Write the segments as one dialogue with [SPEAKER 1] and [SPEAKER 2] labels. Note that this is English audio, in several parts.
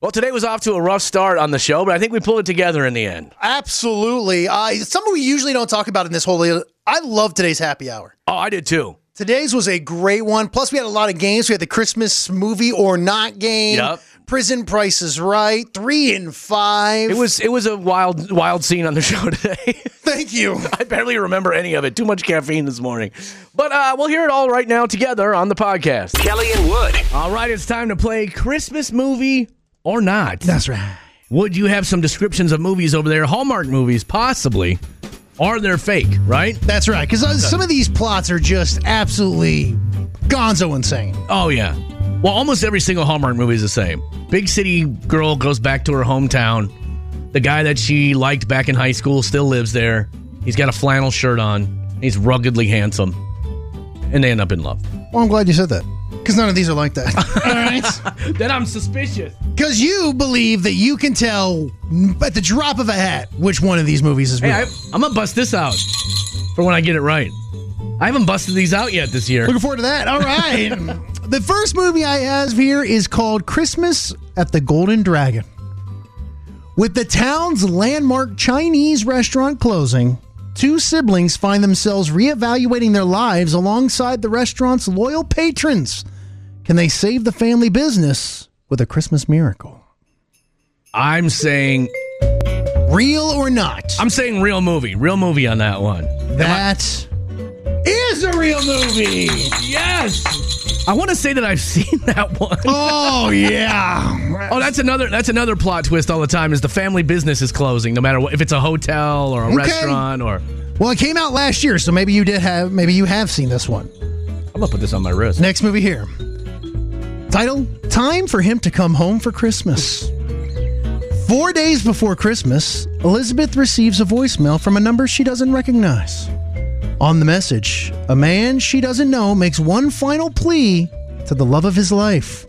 [SPEAKER 1] Well, today was off to a rough start on the show, but I think we pulled it together in the end.
[SPEAKER 2] Absolutely. Uh, something we usually don't talk about in this whole. I love today's happy hour.
[SPEAKER 1] Oh, I did too.
[SPEAKER 2] Today's was a great one. Plus, we had a lot of games. We had the Christmas movie or not game.
[SPEAKER 1] Yep.
[SPEAKER 2] Prison Price is Right. Three in five.
[SPEAKER 1] It was it was a wild wild scene on the show today.
[SPEAKER 2] Thank you.
[SPEAKER 1] I barely remember any of it. Too much caffeine this morning. But uh, we'll hear it all right now together on the podcast.
[SPEAKER 3] Kelly and Wood.
[SPEAKER 1] All right, it's time to play Christmas movie or not.
[SPEAKER 2] That's right.
[SPEAKER 1] Would you have some descriptions of movies over there? Hallmark movies, possibly. Are they fake, right?
[SPEAKER 2] That's right. Because some of these plots are just absolutely gonzo insane.
[SPEAKER 1] Oh, yeah. Well, almost every single Hallmark movie is the same. Big city girl goes back to her hometown. The guy that she liked back in high school still lives there. He's got a flannel shirt on. He's ruggedly handsome. And they end up in love.
[SPEAKER 2] Well, I'm glad you said that. Because none of these are like that. All right.
[SPEAKER 1] Then I'm suspicious.
[SPEAKER 2] Because you believe that you can tell at the drop of a hat which one of these movies is real.
[SPEAKER 1] Hey, I, I'm going to bust this out for when I get it right. I haven't busted these out yet this year.
[SPEAKER 2] Looking forward to that. All right. the first movie I have here is called Christmas at the Golden Dragon. With the town's landmark Chinese restaurant closing, two siblings find themselves reevaluating their lives alongside the restaurant's loyal patrons. Can they save the family business with a Christmas miracle?
[SPEAKER 1] I'm saying
[SPEAKER 2] Real or not,
[SPEAKER 1] I'm saying real movie. Real movie on that one.
[SPEAKER 2] that is a real movie.
[SPEAKER 1] Yes. I want to say that I've seen that one.
[SPEAKER 2] Oh, yeah.
[SPEAKER 1] Oh, that's another that's another plot twist all the time is the family business is closing no matter what if it's a hotel or a
[SPEAKER 2] Okay.
[SPEAKER 1] restaurant or
[SPEAKER 2] Well, it came out last year, so maybe you did have maybe you have seen this one.
[SPEAKER 1] I'm going to put this on my wrist.
[SPEAKER 2] Next movie here. Title Time for Him to Come Home for Christmas. Four days before Christmas, Elizabeth receives a voicemail from a number she doesn't recognize. On the message, a man she doesn't know makes one final plea to the love of his life.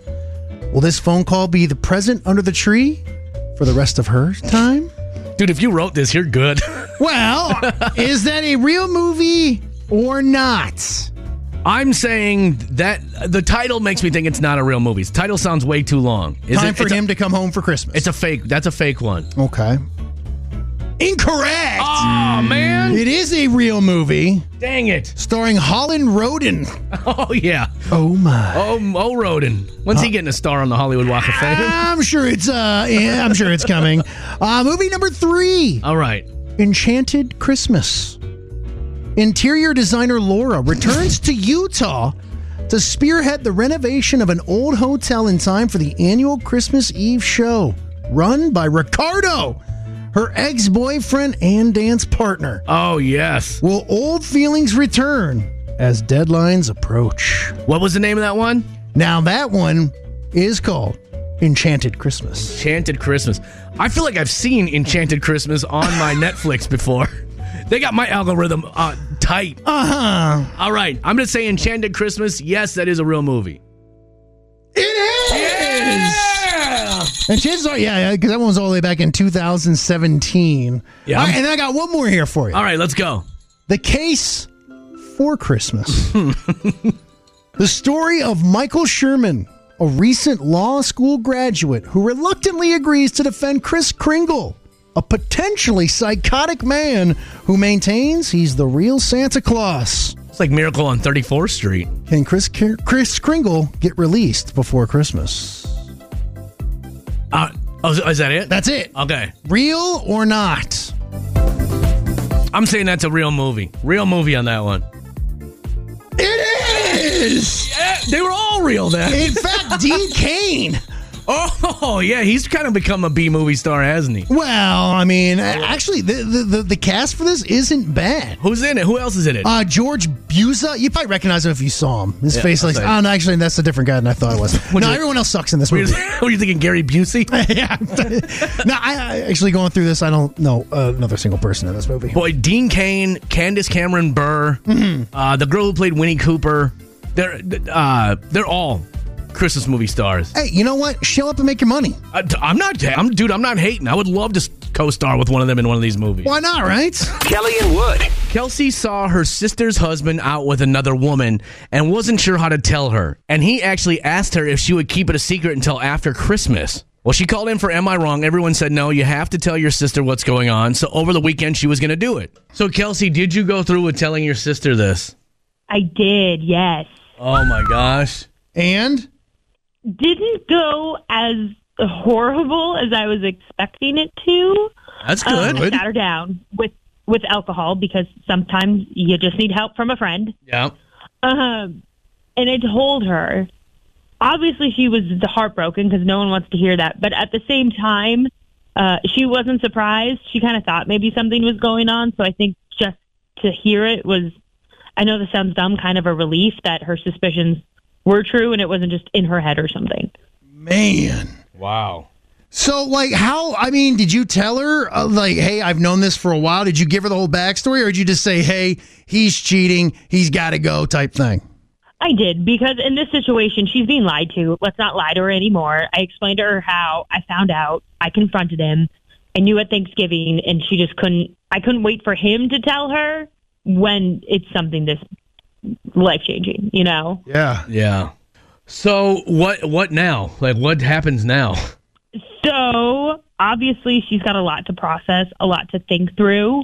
[SPEAKER 2] Will this phone call be the present under the tree for the rest of her time?
[SPEAKER 1] Dude, if you wrote this, you're good.
[SPEAKER 2] Well, is that a real movie or not?
[SPEAKER 1] I'm saying that the title makes me think it's not a real movie. The title sounds way too long. Is
[SPEAKER 2] Time
[SPEAKER 1] it-
[SPEAKER 2] for
[SPEAKER 1] it's a-
[SPEAKER 2] him to come home for Christmas.
[SPEAKER 1] it's a fake. That's a fake one.
[SPEAKER 2] okay. Incorrect.
[SPEAKER 1] Oh man.
[SPEAKER 2] It is a real movie
[SPEAKER 1] Dang it.
[SPEAKER 2] starring Holland Roden.
[SPEAKER 1] Oh yeah.
[SPEAKER 2] Oh my!
[SPEAKER 1] Oh, oh Roden. When's he getting a star on the Hollywood Walk of Fame?
[SPEAKER 2] I'm sure it's uh, yeah, I'm sure it's coming. Uh, movie number three:
[SPEAKER 1] All right.
[SPEAKER 2] Enchanted Christmas. Interior designer Laura returns to Utah to spearhead the renovation of an old hotel in time for the annual Christmas Eve show, run by Ricardo, her ex-boyfriend and dance partner.
[SPEAKER 1] Oh yes.
[SPEAKER 2] Will old feelings return as deadlines approach?
[SPEAKER 1] What was the name of that one?
[SPEAKER 2] Now that one is called Enchanted Christmas.
[SPEAKER 1] Enchanted Christmas. I feel like I've seen Enchanted Christmas on my Netflix before. They got my algorithm uh, tight.
[SPEAKER 2] Uh huh.
[SPEAKER 1] All right, I'm gonna say Enchanted Christmas. Yes, that is a real movie.
[SPEAKER 2] It is. And chances are, yeah, because that one was all the way back in 2017.
[SPEAKER 1] Yeah,
[SPEAKER 2] All
[SPEAKER 1] I'm-
[SPEAKER 2] right, and I got one more here for you.
[SPEAKER 1] All right, let's go.
[SPEAKER 2] The Case for Christmas. the story of Michael Sherman, a recent law school graduate who reluctantly agrees to defend Chris Kringle, a potentially psychotic man who maintains he's the real Santa Claus.
[SPEAKER 1] It's like Miracle on 34th Street.
[SPEAKER 2] Can Chris, Kr- Chris Kringle get released before Christmas?
[SPEAKER 1] Uh, oh, is- is that it?
[SPEAKER 2] That's it.
[SPEAKER 1] okay.
[SPEAKER 2] Real or not?
[SPEAKER 1] I'm saying that's a real movie. Real movie on that one.
[SPEAKER 2] It is!
[SPEAKER 1] Eh, They were all real then.
[SPEAKER 2] In fact, Dean Kane.
[SPEAKER 1] Oh yeah, he's kind of become a B movie star, hasn't he?
[SPEAKER 2] Well, I mean, actually, the, the, the, the cast for this isn't bad.
[SPEAKER 1] Who's in it? Who else is in it?
[SPEAKER 2] Uh, George Buza, you probably recognize him if you saw him. His
[SPEAKER 1] Yeah,
[SPEAKER 2] face
[SPEAKER 1] I'll
[SPEAKER 2] like,
[SPEAKER 1] say.
[SPEAKER 2] oh, no, actually, that's a different guy than I thought it was. no,
[SPEAKER 1] you-
[SPEAKER 2] everyone else sucks in this
[SPEAKER 1] Who
[SPEAKER 2] movie.
[SPEAKER 1] are you thinking? Gary Busey?
[SPEAKER 2] yeah. no, I, I actually going through this, I don't know uh, another single person in this movie.
[SPEAKER 1] Boy, Dean Kane, Candace Cameron Burr, uh, the girl who played Winnie Cooper, they're uh, they're all Christmas movie stars.
[SPEAKER 2] Hey, you know what? Show up and make your money.
[SPEAKER 1] I, am not, I'm dude, I'm not hating. I would love to s- co-star with one of them in one of these movies.
[SPEAKER 2] Why not, right?
[SPEAKER 3] Kelly and Wood.
[SPEAKER 1] Kelsey saw her sister's husband out with another woman and wasn't sure how to tell her, and he actually asked her if she would keep it a secret until after Christmas. Well, she called in for Am I Wrong? Everyone said, No, you have to tell your sister what's going on. So over the weekend, she was going to do it. So, Kelsey, did you go through with telling your sister this?
[SPEAKER 3] I did, yes.
[SPEAKER 1] Oh my gosh.
[SPEAKER 2] And
[SPEAKER 3] Didn't go as horrible as I was expecting it to.
[SPEAKER 1] That's
[SPEAKER 3] Um,
[SPEAKER 1] good.
[SPEAKER 3] I sat her down with with alcohol because sometimes you just need help from a friend.
[SPEAKER 1] Yeah.
[SPEAKER 3] Um, and I told her. Obviously, she was heartbroken because no one wants to hear that. But at the same time, uh, she wasn't surprised. She kind of thought maybe something was going on. So I think just to hear it was, I know this sounds dumb, kind of a relief that her suspicions were true and it wasn't just in her head or something.
[SPEAKER 2] man.
[SPEAKER 1] Wow.
[SPEAKER 2] So, like, how? I mean, did you tell her, uh, like, hey, I've known this for a while? Did you give her the whole backstory, or did you just say, hey, he's cheating, he's got to go type thing?
[SPEAKER 3] I did because in this situation, she's being lied to. Let's not lie to her anymore. I explained to her how I found out. I confronted him. I knew at Thanksgiving, and she just couldn't. I couldn't wait for him to tell her when it's something this life changing. You know.
[SPEAKER 2] Yeah.
[SPEAKER 1] Yeah. So what what now? Like what happens now?
[SPEAKER 3] So obviously, she's got a lot to process, a lot to think through.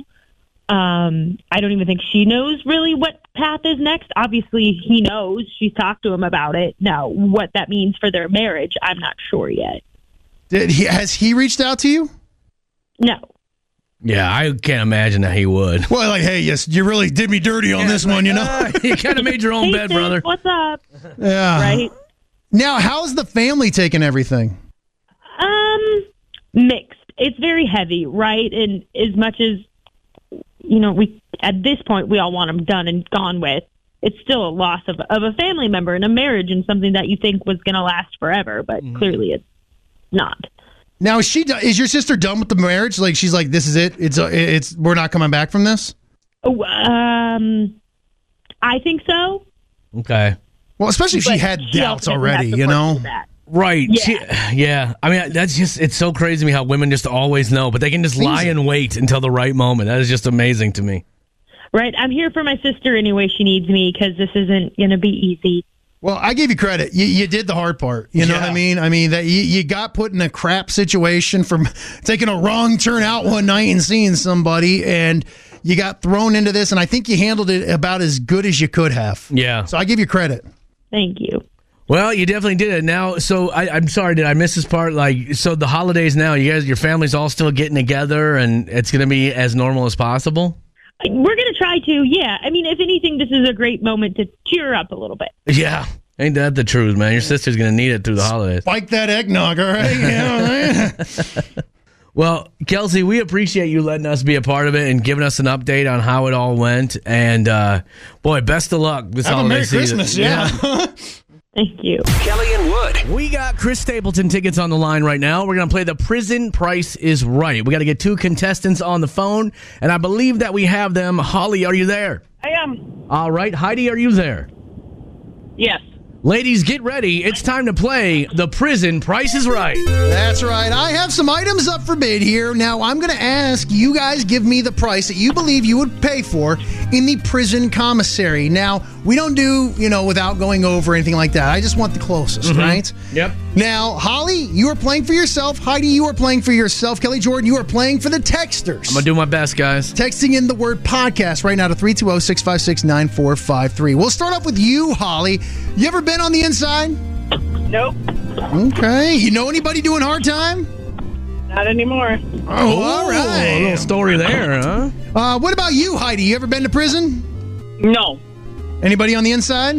[SPEAKER 3] Um, I don't even think she knows really what path is next. Obviously, he knows. She's talked to him about it. Now, what that means for their marriage, I'm not sure yet.
[SPEAKER 2] Did he, has he reached out to you?
[SPEAKER 3] No.
[SPEAKER 1] Yeah, I can't imagine that he would.
[SPEAKER 2] Well, like, hey, yes, you really did me dirty on this one, you know?
[SPEAKER 1] you kind of made your own
[SPEAKER 3] Hey,
[SPEAKER 1] bed,
[SPEAKER 3] sis,
[SPEAKER 1] brother.
[SPEAKER 3] What's up?
[SPEAKER 2] Uh-huh. yeah.
[SPEAKER 3] Right?
[SPEAKER 2] Now, how's the family taking everything?
[SPEAKER 3] Um, mixed. It's very heavy, right? And as much as you know, we at this point we all want them done and gone with. It's still a loss of of a family member and a marriage and something that you think was going to last forever, but
[SPEAKER 2] Mm-hmm.
[SPEAKER 3] clearly it's not.
[SPEAKER 2] Now, is she do- is your sister done with the marriage? Like, she's like, this is it. It's uh, it's we're not coming back from this.
[SPEAKER 3] Oh, um, I think so.
[SPEAKER 1] Okay.
[SPEAKER 2] Well, especially if she
[SPEAKER 3] but
[SPEAKER 2] had
[SPEAKER 3] she
[SPEAKER 2] doubts
[SPEAKER 3] also doesn't have
[SPEAKER 2] already,
[SPEAKER 3] the
[SPEAKER 2] you
[SPEAKER 3] words
[SPEAKER 2] know.
[SPEAKER 3] for that.
[SPEAKER 1] Right. She- yeah. I mean, that's just it's so crazy to me how women just always know, but they can just lie and wait until the right moment. That is just amazing to me.
[SPEAKER 3] Right, I'm here for my sister anyway. She needs me because this isn't going to be easy.
[SPEAKER 2] Well, I give you credit. You, you did the hard part. You know what I
[SPEAKER 1] Yeah.
[SPEAKER 2] mean? I mean that you, you got put in a crap situation from taking a wrong turn out one night and seeing somebody, and you got thrown into this. And I think you handled it about as good as you could have.
[SPEAKER 1] Yeah.
[SPEAKER 2] So I give you credit.
[SPEAKER 3] Thank you.
[SPEAKER 1] Well, you definitely did it. Now, so I, I'm sorry, did I miss this part? Like, so the holidays now, you guys, your family's all still getting together, and it's going to be as normal as possible.
[SPEAKER 3] We're going to try to, yeah. I mean, if anything, this is a great moment to cheer up a little bit.
[SPEAKER 1] Yeah, ain't that the truth, man? Your sister's going to need it through the holidays.
[SPEAKER 2] Spike that eggnog, all right? You know what I mean?
[SPEAKER 1] Well, Kelsey, we appreciate you letting us be a part of it and giving us an update on how it all went. And uh, boy, best of luck this
[SPEAKER 2] Have a
[SPEAKER 1] holiday
[SPEAKER 2] Merry
[SPEAKER 1] season.
[SPEAKER 2] Christmas. Yeah.
[SPEAKER 3] Thank you.
[SPEAKER 4] Kelly and Wood.
[SPEAKER 1] We got Chris Stapleton tickets on the line right now. We're going to play the Prison Price is Right. We got to get two contestants on the phone, and I believe that we have them. Holly, are you there?
[SPEAKER 5] I um, am.
[SPEAKER 1] All right, Heidi, are you there?
[SPEAKER 5] Yes.
[SPEAKER 1] Ladies, get ready. It's time to play The Prison Price is Right.
[SPEAKER 2] That's right. I have some items up for bid here. Now, I'm going to ask you guys give me the price that you believe you would pay for in the prison commissary. Now, we don't do, you know, without going over anything like that. I just want the closest, right?
[SPEAKER 1] Yep.
[SPEAKER 2] Now, Holly, you are playing for yourself. Heidi, you are playing for yourself. Kelly Jordan, you are playing for the texters.
[SPEAKER 1] I'm going to do my best, guys.
[SPEAKER 2] Texting in the word podcast right now to 320 656 9453. We'll start off with you, Holly. You ever been on the inside?
[SPEAKER 5] Nope.
[SPEAKER 2] Okay. You know anybody doing hard time?
[SPEAKER 5] Not anymore.
[SPEAKER 2] Oh,
[SPEAKER 1] A
[SPEAKER 2] all
[SPEAKER 1] little
[SPEAKER 2] right.
[SPEAKER 1] story there, huh?
[SPEAKER 2] Uh, what about you, Heidi? You ever been to prison?
[SPEAKER 5] No.
[SPEAKER 2] Anybody on the inside?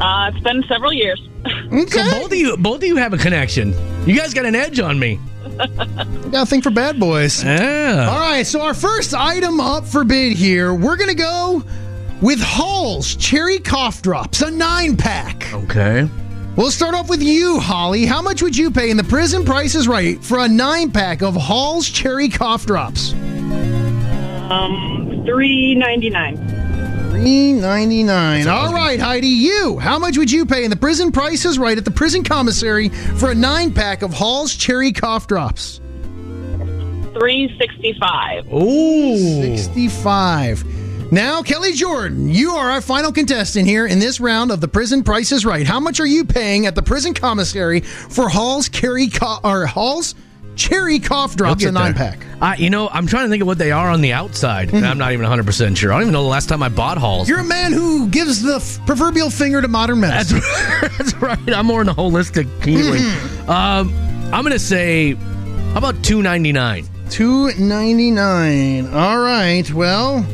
[SPEAKER 5] Uh, it's been several years.
[SPEAKER 2] Okay.
[SPEAKER 1] So both of you, both of you have a connection. You guys got an edge on me.
[SPEAKER 2] Got a thing for bad boys.
[SPEAKER 1] Yeah.
[SPEAKER 2] All right. So our first item up for bid here, we're gonna go with Hall's Cherry Cough Drops, a nine pack.
[SPEAKER 1] Okay.
[SPEAKER 2] We'll start off with you, Holly. How much would you pay in the prison price is right for a nine pack of Hall's Cherry Cough Drops?
[SPEAKER 5] Um, three ninety nine.
[SPEAKER 2] Three ninety nine. All right, Heidi. You. How much would you pay in the prison price is right at the prison commissary for a nine pack of Hall's Cherry Cough Drops?
[SPEAKER 5] Three sixty five.
[SPEAKER 1] Ooh.
[SPEAKER 2] 65. Now, Kelly Jordan, you are our final contestant here in this round of the Prison Price is Right. How much are you paying at the prison commissary for Hall's carry co- or Hall's cherry cough
[SPEAKER 1] I'll
[SPEAKER 2] drops
[SPEAKER 1] get
[SPEAKER 2] a nine
[SPEAKER 1] there.
[SPEAKER 2] pack?
[SPEAKER 1] I, you know, I'm trying to think of what they are on the outside. and I'm not even 100 percent sure. I don't even know the last time I bought halls.
[SPEAKER 2] You're a man who gives the f- proverbial finger to modern
[SPEAKER 1] That's,
[SPEAKER 2] medicine.
[SPEAKER 1] that's right. I'm more into holistic healing.
[SPEAKER 2] Mm-hmm.
[SPEAKER 1] Um, I'm gonna say, how about 2.99?
[SPEAKER 2] Two ninety nine. All right. Well,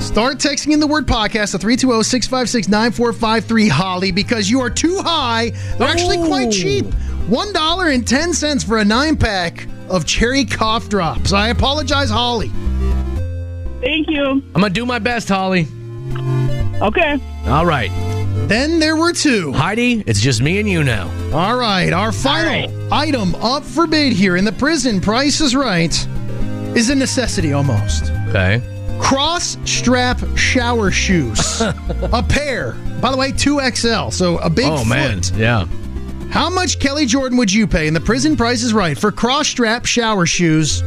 [SPEAKER 2] start texting in the word podcast to 320-656-9453, Holly, because you are too high. They're actually quite
[SPEAKER 1] Oh.
[SPEAKER 2] cheap. One dollar and ten cents for a nine pack of cherry cough drops. I apologize, Holly.
[SPEAKER 5] Thank you.
[SPEAKER 1] I'm gonna do my best, Holly.
[SPEAKER 5] Okay.
[SPEAKER 1] All right,
[SPEAKER 2] Then there were two.
[SPEAKER 1] Heidi, it's just me and you now.
[SPEAKER 2] All right, our final item up for bid here in the prison price is right is a necessity almost.
[SPEAKER 1] Okay.
[SPEAKER 2] Cross strap shower shoes. a pair. By the way, 2XL, so a big
[SPEAKER 1] oh
[SPEAKER 2] foot.
[SPEAKER 1] man, yeah.
[SPEAKER 2] How much Kelly Jordan would you pay in the prison price is right for cross strap shower shoes?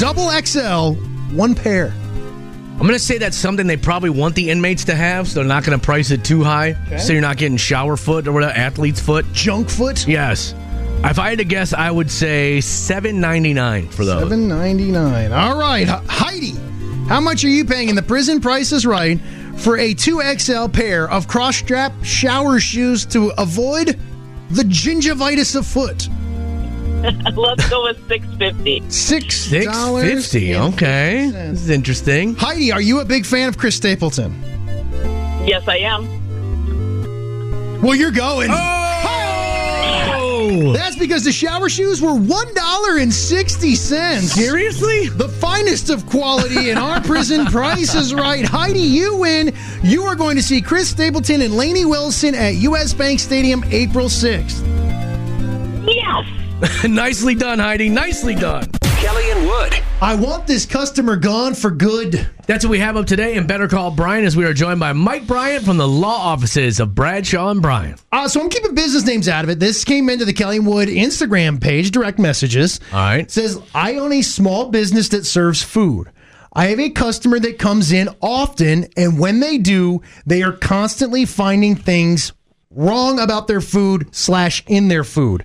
[SPEAKER 2] Double XL, one pair.
[SPEAKER 1] I'm gonna say that's something they probably want the inmates to have, so they're not gonna price it too high, so you're not getting shower foot or whatever, athlete's foot.
[SPEAKER 2] Junk foot?
[SPEAKER 1] Yes. If I had to guess, I would say 7.99 for those.
[SPEAKER 2] Seven ninety nine. All right, H- Heidi, how much are you paying in the prison price is right for a two XL pair of cross strap shower shoes to avoid the gingivitis of foot?
[SPEAKER 5] Let's go with 650.
[SPEAKER 2] Six
[SPEAKER 1] Six fifty. Okay, this is interesting.
[SPEAKER 2] Heidi, are you a big fan of Chris Stapleton?
[SPEAKER 5] Yes, I am.
[SPEAKER 2] Well, you're going.
[SPEAKER 1] Oh,
[SPEAKER 2] That's because the shower shoes were one dollar and sixty cents.
[SPEAKER 1] seriously?
[SPEAKER 2] the finest of quality in our prison price is right. Heidi, you win. You are going to see Chris Stapleton and Laney Wilson at US Bank Stadium April 6th.
[SPEAKER 5] Yes.
[SPEAKER 1] Nicely done, Heidi. Nicely done.
[SPEAKER 4] Kelly and Wood.
[SPEAKER 2] I want this customer gone for good.
[SPEAKER 1] That's what we have up today in Better Call Brian as we are joined by Mike Bryant from the law offices of Bradshaw and Bryant.
[SPEAKER 2] Uh, so I'm keeping business names out of it. This came into the Kelly and Wood Instagram page, direct messages.
[SPEAKER 1] All right.
[SPEAKER 2] It says, I own a small business that serves food. I have a customer that comes in often, and when they do, they are constantly finding things wrong about their food slash in their food.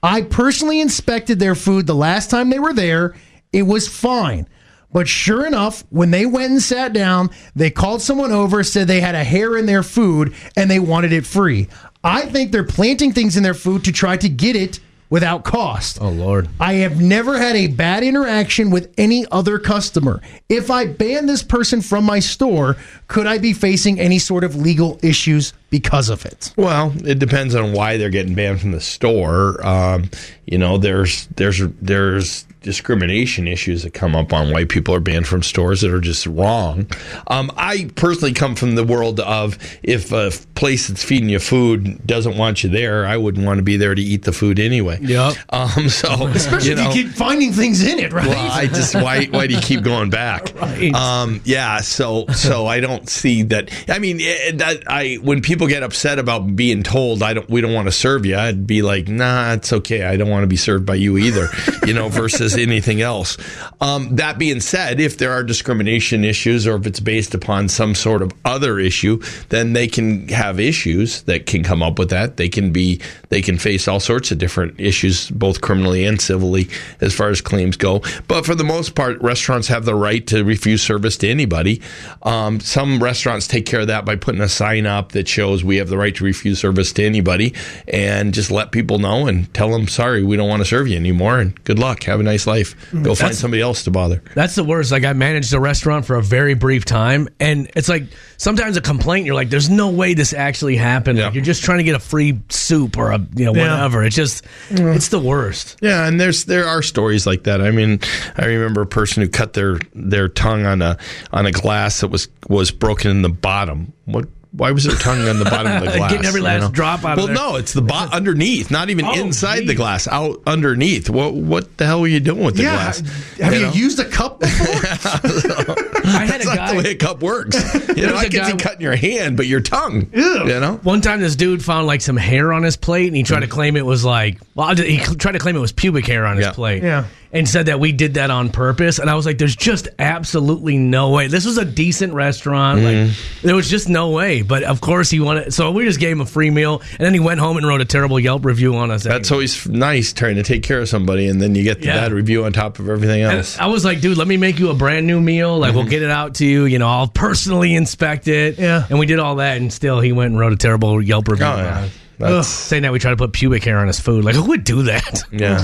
[SPEAKER 2] I personally inspected their food the last time they were there. It was fine. But sure enough, when they went and sat down, they called someone over, said they had a hair in their food, and they wanted it free. I think they're planting things in their food to try to get it without cost.
[SPEAKER 1] Oh Lord.
[SPEAKER 2] I have never had a bad interaction with any other customer. If I ban this person from my store, could I be facing any sort of legal issues because of it?
[SPEAKER 6] Well, it depends on why they're getting banned from the store. Um, you know, there's there's there's discrimination issues that come up on why people are banned from stores that are just wrong. Um, I personally come from the world of if a place that's feeding you food doesn't want you there, I wouldn't want to be there to eat the food anyway.
[SPEAKER 1] Yep.
[SPEAKER 6] Um, so
[SPEAKER 2] Especially
[SPEAKER 6] you know,
[SPEAKER 2] if you keep finding things in it, right?
[SPEAKER 6] well, I just why why do you keep going back? Um, yeah, so so I don't see that. I mean, eh, that I when people get upset about being told I don't we don't want to serve you, I'd be like, nah, it's okay. I don't want to be served by you either, you know, versus anything else. Um, that being said, if there are discrimination issues or if it's based upon some sort of other issue, then they can have issues that can come up with that. They can be they can face all sorts of different issues, both criminally and civilly, as far as claims go. But for the most part, restaurants have the right to refuse service to anybody. Um, some restaurants take care of that by putting a sign up that shows we have the right to refuse service to anybody, and just let people know and tell them sorry, we don't want to serve you anymore, and good luck, have a nice life, go find somebody else to bother.
[SPEAKER 1] That's the worst. Like I managed a restaurant for a very brief time, and it's like sometimes a complaint. You're like, "There's no way this actually happened." Like,
[SPEAKER 6] Yeah.
[SPEAKER 1] you're just trying to get a free soup or a you know whatever. It's just, it's the worst.
[SPEAKER 6] Yeah, and there's there are stories like that. I mean, I remember a person who cut their their tongue on a on a glass that was was broken in the bottom. What? Why was their tongue on the bottom of the glass?
[SPEAKER 1] Getting every last drop out of
[SPEAKER 6] Well,
[SPEAKER 1] there.
[SPEAKER 6] no, it's the bot underneath, not even
[SPEAKER 1] Oh,
[SPEAKER 6] inside
[SPEAKER 1] geez.
[SPEAKER 6] the glass, out underneath. What what the hell were you doing with the
[SPEAKER 2] yeah.
[SPEAKER 6] glass?
[SPEAKER 2] Have you,
[SPEAKER 6] know?
[SPEAKER 2] used a cup before?
[SPEAKER 1] I had a
[SPEAKER 6] That's not the way
[SPEAKER 1] guy
[SPEAKER 6] a cup works. You know,
[SPEAKER 1] was
[SPEAKER 6] I
[SPEAKER 1] a
[SPEAKER 6] can
[SPEAKER 1] guy-
[SPEAKER 6] see cutting your hand, but your tongue. You know,
[SPEAKER 1] one time. This dude found like
[SPEAKER 6] Mm.
[SPEAKER 1] some hair on his plate, and he tried to claim it was like, well, I'll just- he cl- tried to claim it was pubic hair on his
[SPEAKER 6] Yeah.
[SPEAKER 1] plate.
[SPEAKER 2] Yeah.
[SPEAKER 1] and said that we did that on purpose. And I was like, there's just absolutely no way. This was a decent restaurant. Like,
[SPEAKER 6] Mm-hmm.
[SPEAKER 1] there was just no way. But of course, he wanted. So we just gave him a free meal. And then he went home and wrote a terrible Yelp review on us.
[SPEAKER 6] That's always nice trying to take care of somebody, and then you get the
[SPEAKER 1] Yeah.
[SPEAKER 6] bad review on top of everything
[SPEAKER 1] And
[SPEAKER 6] else.
[SPEAKER 1] I was like, dude, let me make you a brand new meal. Like,
[SPEAKER 6] Mm-hmm.
[SPEAKER 1] we'll get it out to you. You know, I'll personally inspect it.
[SPEAKER 2] Yeah.
[SPEAKER 1] And we did all that, and still he went and wrote a terrible Yelp review.
[SPEAKER 6] Oh,
[SPEAKER 1] about
[SPEAKER 6] yeah.
[SPEAKER 1] it.
[SPEAKER 6] That's-
[SPEAKER 1] Ugh, saying that we try to put pubic hair on his food. Like, who would do that?
[SPEAKER 6] Yeah.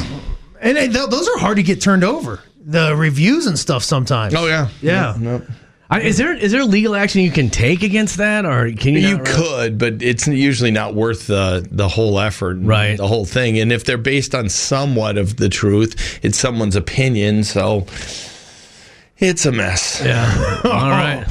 [SPEAKER 2] And, and th- those are hard to get turned over. The reviews and stuff sometimes.
[SPEAKER 6] Oh yeah.
[SPEAKER 2] Yeah.
[SPEAKER 6] Nope.
[SPEAKER 1] I, is there is there legal action you can take against that, or can you?
[SPEAKER 6] You
[SPEAKER 1] not really-
[SPEAKER 6] could, but it's usually not worth the the whole effort, and
[SPEAKER 1] Right.
[SPEAKER 6] The whole thing, and if they're based on somewhat of the truth, it's someone's opinion, so it's a mess.
[SPEAKER 1] Yeah. All right.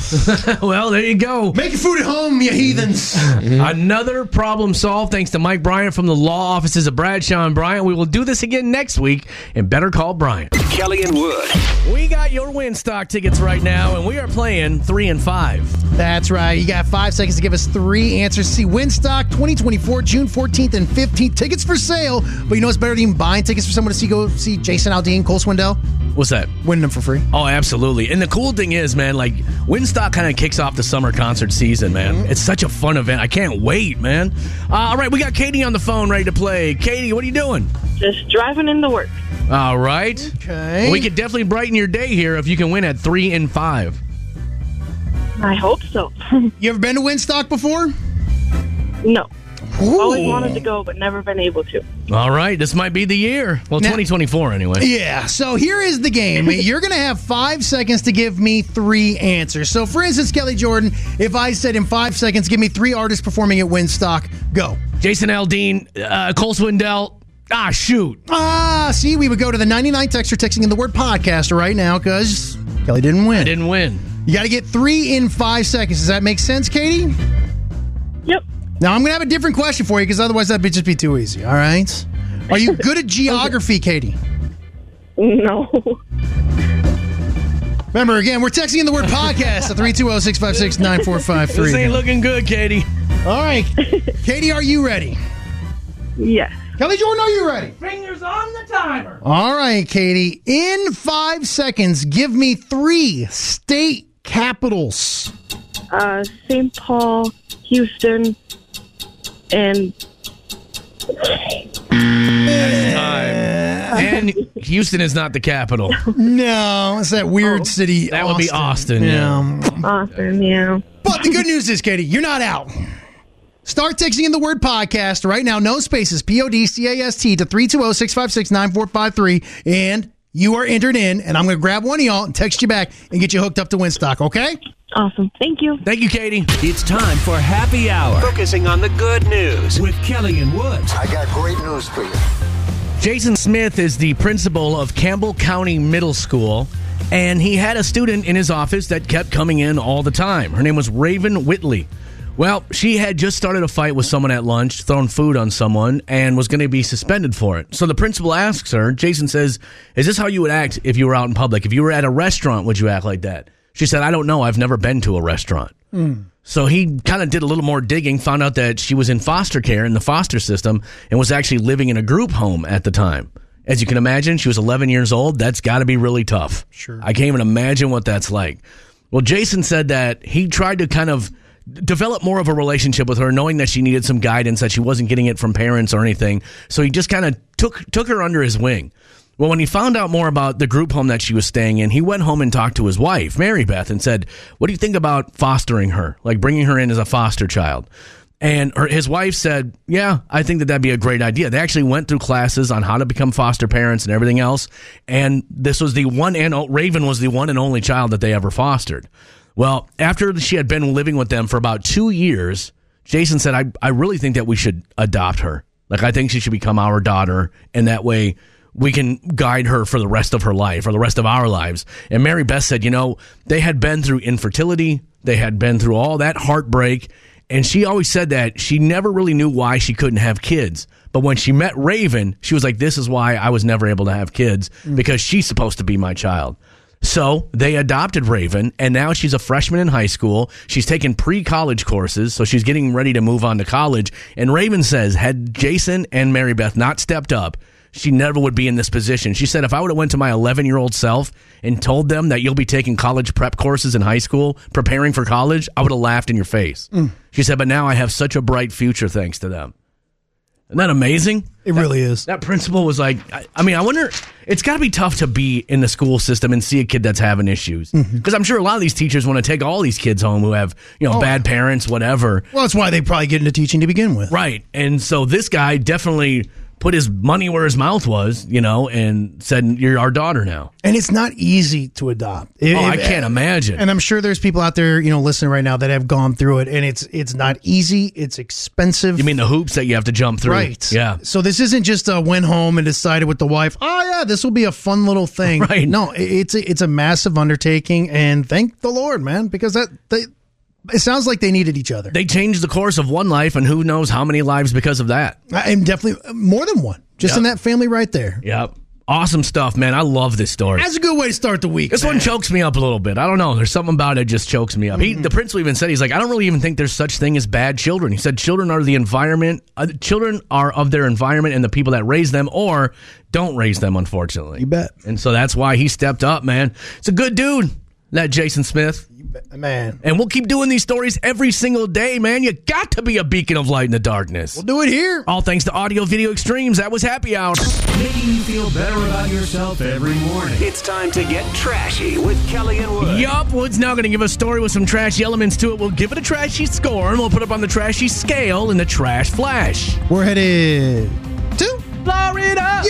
[SPEAKER 1] well, there you go.
[SPEAKER 2] Make your food at home, you heathens.
[SPEAKER 1] Mm-hmm. Another problem solved thanks to Mike Bryant from the law offices of Bradshaw and Bryant. We will do this again next week and better call Bryant.
[SPEAKER 4] Kelly and Wood.
[SPEAKER 1] We got your win stock tickets right now, and we are playing three and five.
[SPEAKER 2] That's right. You got five seconds to give us three answers. See Winstock 2024, June 14th and 15th. Tickets for sale. But you know what's better than even buying tickets for someone to see go see Jason Aldean, Cole Swindell?
[SPEAKER 1] What's that?
[SPEAKER 2] Winning them for free.
[SPEAKER 1] Oh, absolutely. And the cool thing is, man, like Winstock kind of kicks off the summer concert season, man. It's such a fun event. I can't wait, man. Uh, all right, we got Katie on the phone ready to play. Katie, what are you doing?
[SPEAKER 5] Just driving into work.
[SPEAKER 1] All right.
[SPEAKER 2] Okay.
[SPEAKER 1] We could definitely brighten your day here if you can win at three and five.
[SPEAKER 5] I hope so.
[SPEAKER 2] you ever been to Winstock before?
[SPEAKER 5] no. Always
[SPEAKER 2] Ooh.
[SPEAKER 5] wanted to go, but never been able to.
[SPEAKER 1] All right, this might be the year. Well,
[SPEAKER 2] Now-
[SPEAKER 1] 2024 anyway.
[SPEAKER 2] Yeah, so here is the game. You're going to have five seconds to give me three answers. So, for instance, Kelly Jordan, if I said in five seconds, give me three artists performing at Winstock, go.
[SPEAKER 1] Jason Aldean, uh, Cole Swindell. Ah, shoot.
[SPEAKER 2] Ah, see, we would go to the 99 texter texting in the word podcast right now because Kelly didn't win.
[SPEAKER 1] Didn't win.
[SPEAKER 2] You got to get three in five seconds. Does that make sense, Katie?
[SPEAKER 5] Yep.
[SPEAKER 2] Now, I'm going to have a different question for you because otherwise that'd be, just be too easy, all right? Are you good at geography, Katie?
[SPEAKER 5] No.
[SPEAKER 2] Remember, again, we're texting in the word podcast at 320 656
[SPEAKER 1] This ain't
[SPEAKER 2] 9453.
[SPEAKER 1] looking good, Katie.
[SPEAKER 2] All right. Katie, are you ready?
[SPEAKER 5] yes.
[SPEAKER 2] Kelly Jordan, are you ready?
[SPEAKER 1] Fingers on the timer.
[SPEAKER 2] All right, Katie. In five seconds, give me three state capitals.
[SPEAKER 5] Uh, St. Paul, Houston, and
[SPEAKER 1] And Houston is not the capital.
[SPEAKER 2] No, it's that weird city.
[SPEAKER 1] That would be Austin,
[SPEAKER 5] Austin. Yeah.
[SPEAKER 2] But the good news is, Katie, you're not out. Start texting in the word podcast right now. No spaces. P O D C A S T to 320 656 9453. And you are entered in. And I'm going to grab one of y'all and text you back and get you hooked up to Winstock, okay?
[SPEAKER 5] Awesome. Thank you.
[SPEAKER 1] Thank you, Katie.
[SPEAKER 4] It's time for Happy Hour. Focusing on the good news with Kelly and Wood.
[SPEAKER 7] I got great news for you.
[SPEAKER 1] Jason Smith is the principal of Campbell County Middle School, and he had a student in his office that kept coming in all the time. Her name was Raven Whitley. Well, she had just started a fight with someone at lunch, thrown food on someone, and was going to be suspended for it. So the principal asks her, Jason says, Is this how you would act if you were out in public? If you were at a restaurant, would you act like that? She said, I don't know. I've never been to a restaurant. So he kind of did a little more digging, found out that she was in foster care in the foster system and was actually living in a group home at the time. As you can imagine, she was 11 years old. That's got to be really tough. Sure. I can't even imagine what that's like. Well, Jason said that he tried to kind of develop more of a relationship with her knowing that she needed some guidance that she wasn't getting it from parents or anything. So he just kind of took took her under his wing. Well, when he found out more about the group home that she was staying in, he went home and talked to his wife, Mary Beth, and said, What do you think about fostering her? Like bringing her in as a foster child. And her, his wife said, Yeah, I think that that'd be a great idea. They actually went through classes on how to become foster parents and everything else. And this was the one and o- Raven was the one and only child that they ever fostered. Well, after she had been living with them for about two years, Jason said, I, I really think that we should adopt her. Like, I think she should become our daughter. And that way we can guide her for the rest of her life or the rest of our lives. And Mary Beth said, you know, they had been through infertility, they had been through all that heartbreak. And she always said that she never really knew why she couldn't have kids. But when she met Raven, she was like, this is why I was never able to have kids because she's supposed to be my child. So they adopted Raven, and now she's a freshman in high school. She's taking pre college courses, so she's getting ready to move on to college. And Raven says, had Jason and Mary Beth not stepped up, she never would be in this position. She said, if I would have went to my 11 year old self and told them that you'll be taking college prep courses in high school, preparing for college, I would have laughed in your face. She said, but now I have such a bright future thanks to them. Isn't that amazing?
[SPEAKER 2] It really is.
[SPEAKER 1] That principal was like, I, I mean, I wonder, it's got to be tough to be in the school system and see a kid that's having issues. Because
[SPEAKER 2] Mm-hmm.
[SPEAKER 1] I'm sure a lot of these teachers want to take all these kids home who have, you
[SPEAKER 2] Oh,
[SPEAKER 1] know, bad parents, whatever.
[SPEAKER 2] Well, that's why they probably get into teaching to begin with.
[SPEAKER 1] Right. And so this guy definitely put his money where his mouth was, you know, and said, You're our daughter now.
[SPEAKER 2] And it's not easy to adopt. If-
[SPEAKER 1] Oh, I
[SPEAKER 2] if-
[SPEAKER 1] can't imagine.
[SPEAKER 2] And I'm sure there's people out there, you know, listening right now that have gone through it, and it's it's not easy. It's expensive.
[SPEAKER 1] you mean the hoops that you have to jump through?
[SPEAKER 2] right?
[SPEAKER 1] Yeah.
[SPEAKER 2] So this isn't just a went home and decided with the wife. Oh yeah, this will be a fun little thing.
[SPEAKER 1] Right.
[SPEAKER 2] No, i- it's a, it's a massive undertaking, and thank the Lord, man, because that they it sounds like they needed each other.
[SPEAKER 1] They changed the course of one life and who knows how many lives because of that.
[SPEAKER 2] I am definitely uh, more than one, just in that family right there.
[SPEAKER 1] Yep. Awesome stuff, man. I love this story.
[SPEAKER 2] That's a good way to start the week.
[SPEAKER 1] This
[SPEAKER 2] man.
[SPEAKER 1] one chokes me up a little bit. I don't know. There's something about it that just chokes me up. He,
[SPEAKER 2] Hmm.
[SPEAKER 1] the principal even said he's like, I don't really even think there's such thing as bad children. He said children are the environment. Uh, children are of their environment and the people that raise them or don't raise them. Unfortunately, you
[SPEAKER 2] bet.
[SPEAKER 1] And so that's why he stepped up, man. It's a good dude, that Jason Smith.
[SPEAKER 2] man.
[SPEAKER 1] And we'll keep doing these stories every single day, man. You got to be a beacon of light in the darkness.
[SPEAKER 2] Do it here.
[SPEAKER 1] All thanks to Audio Video Extremes. That was Happy Hour.
[SPEAKER 4] Making you feel better about yourself every morning. It's time to get trashy with Kelly and Wood.
[SPEAKER 1] Yup, Wood's now going to give a story with some trashy elements to it. We'll give it a trashy score, and we'll put up on the trashy scale in the trash flash.
[SPEAKER 2] We're headed to
[SPEAKER 1] Florida!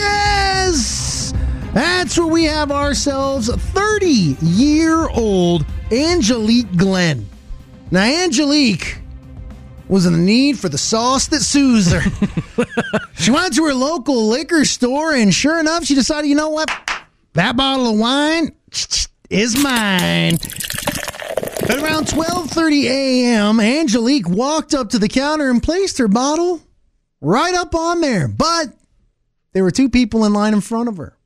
[SPEAKER 2] Yes! That's where we have ourselves 30 year old Angelique Glenn. Now, Angelique was in the need for the sauce that soothes her. she went to her local liquor store, and sure enough, she decided, you know what? That bottle of wine is mine. At around 12:30 a.m., Angelique walked up to the counter and placed her bottle right up on there. But there were two people in line in front of her.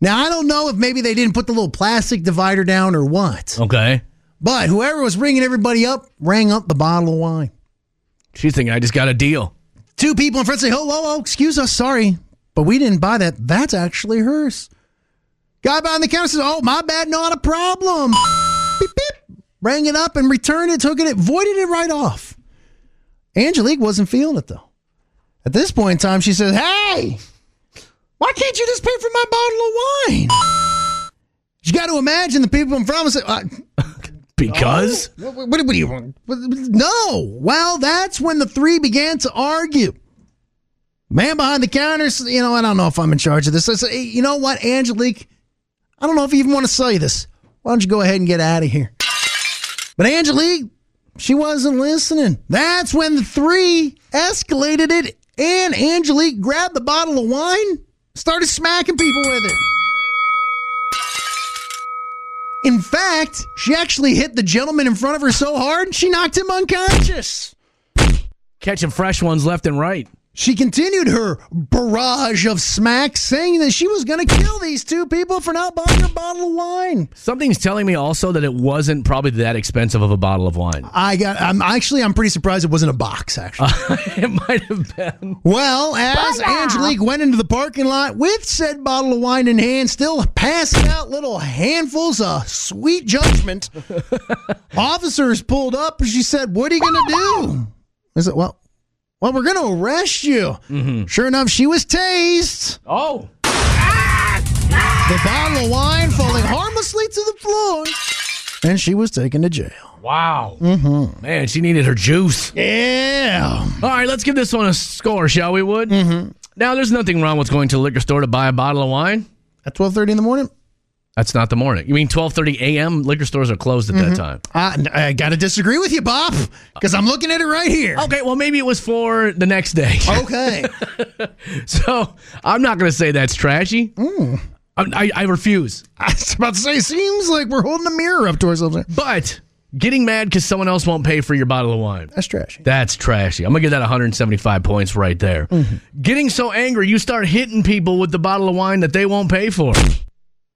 [SPEAKER 2] Now, I don't know if maybe they didn't put the little plastic divider down or what,
[SPEAKER 1] Okay.
[SPEAKER 2] but whoever was ringing everybody up rang up the bottle of wine.
[SPEAKER 1] She's thinking, I just got a deal.
[SPEAKER 2] Two people in front say, "Oh, oh, oh, excuse us, sorry, but we didn't buy that. That's actually hers." Guy behind the counter says, "Oh, my bad, not a problem." beep, beep. Rang it up and returned it, took it, voided it right off. Angelique wasn't feeling it though. At this point in time, she says, "Hey, why can't you just pay for my bottle of wine?" You got to imagine the people in front of us. uh,
[SPEAKER 1] Because?
[SPEAKER 2] Oh, what, what, what do you want? What- what- No. Well, that's when the three began to argue. Man behind the counter, s- you know, I don't know if I'm in charge of this. I said, "Hey, you know what, Angelique? I don't know if you even want to sell you this. Why don't you go ahead and get out of here? But Angelique, she wasn't listening. That's when the three escalated it, and Angelique grabbed the bottle of wine, started smacking people with it. In fact, she actually hit the gentleman in front of her so hard, she knocked him unconscious.
[SPEAKER 1] Catching fresh ones left and right.
[SPEAKER 2] She continued her barrage of smacks, saying that she was going to kill these two people for not buying her bottle of wine.
[SPEAKER 1] Something's telling me also that it wasn't probably that expensive of a bottle of wine.
[SPEAKER 2] I got. I'm actually. I'm pretty surprised it wasn't a box. Actually.
[SPEAKER 1] it might have been.
[SPEAKER 2] well, as Angelique went into the parking lot with said bottle of wine in hand, still passing out little handfuls of sweet judgment, officers pulled up and she said, "What are you going to do?" I said, "Well, well, we're going to arrest you." Sure enough, she was tased.
[SPEAKER 1] Oh.
[SPEAKER 2] The bottle of wine falling harmlessly to the floor, and she was taken to jail.
[SPEAKER 1] Wow. Man, she needed her juice.
[SPEAKER 2] Yeah.
[SPEAKER 1] All right, let's give this one a score, shall we, Wood? Mm-hmm. Now, there's nothing wrong with going to a liquor store to buy a bottle of wine.
[SPEAKER 2] At twelve thirty in the morning,
[SPEAKER 1] That's not the morning. You mean 12:30 a.m. liquor stores are closed at that time.
[SPEAKER 2] I, I gotta disagree with you, Bob, because I'm looking at it right here.
[SPEAKER 1] Okay, well maybe it was for the next day.
[SPEAKER 2] Oh. Okay.
[SPEAKER 1] So I'm not going to say that's trashy. I'm- I, I refuse.
[SPEAKER 2] I was about to say, it seems like we're holding a mirror up to ourselves. there.
[SPEAKER 1] But getting mad because someone else won't pay for your bottle of wine.
[SPEAKER 2] That's trash.
[SPEAKER 1] That's trashy. I'm gonna give that 175 points right there. Getting so angry, you start hitting people with the bottle of wine that they won't pay for.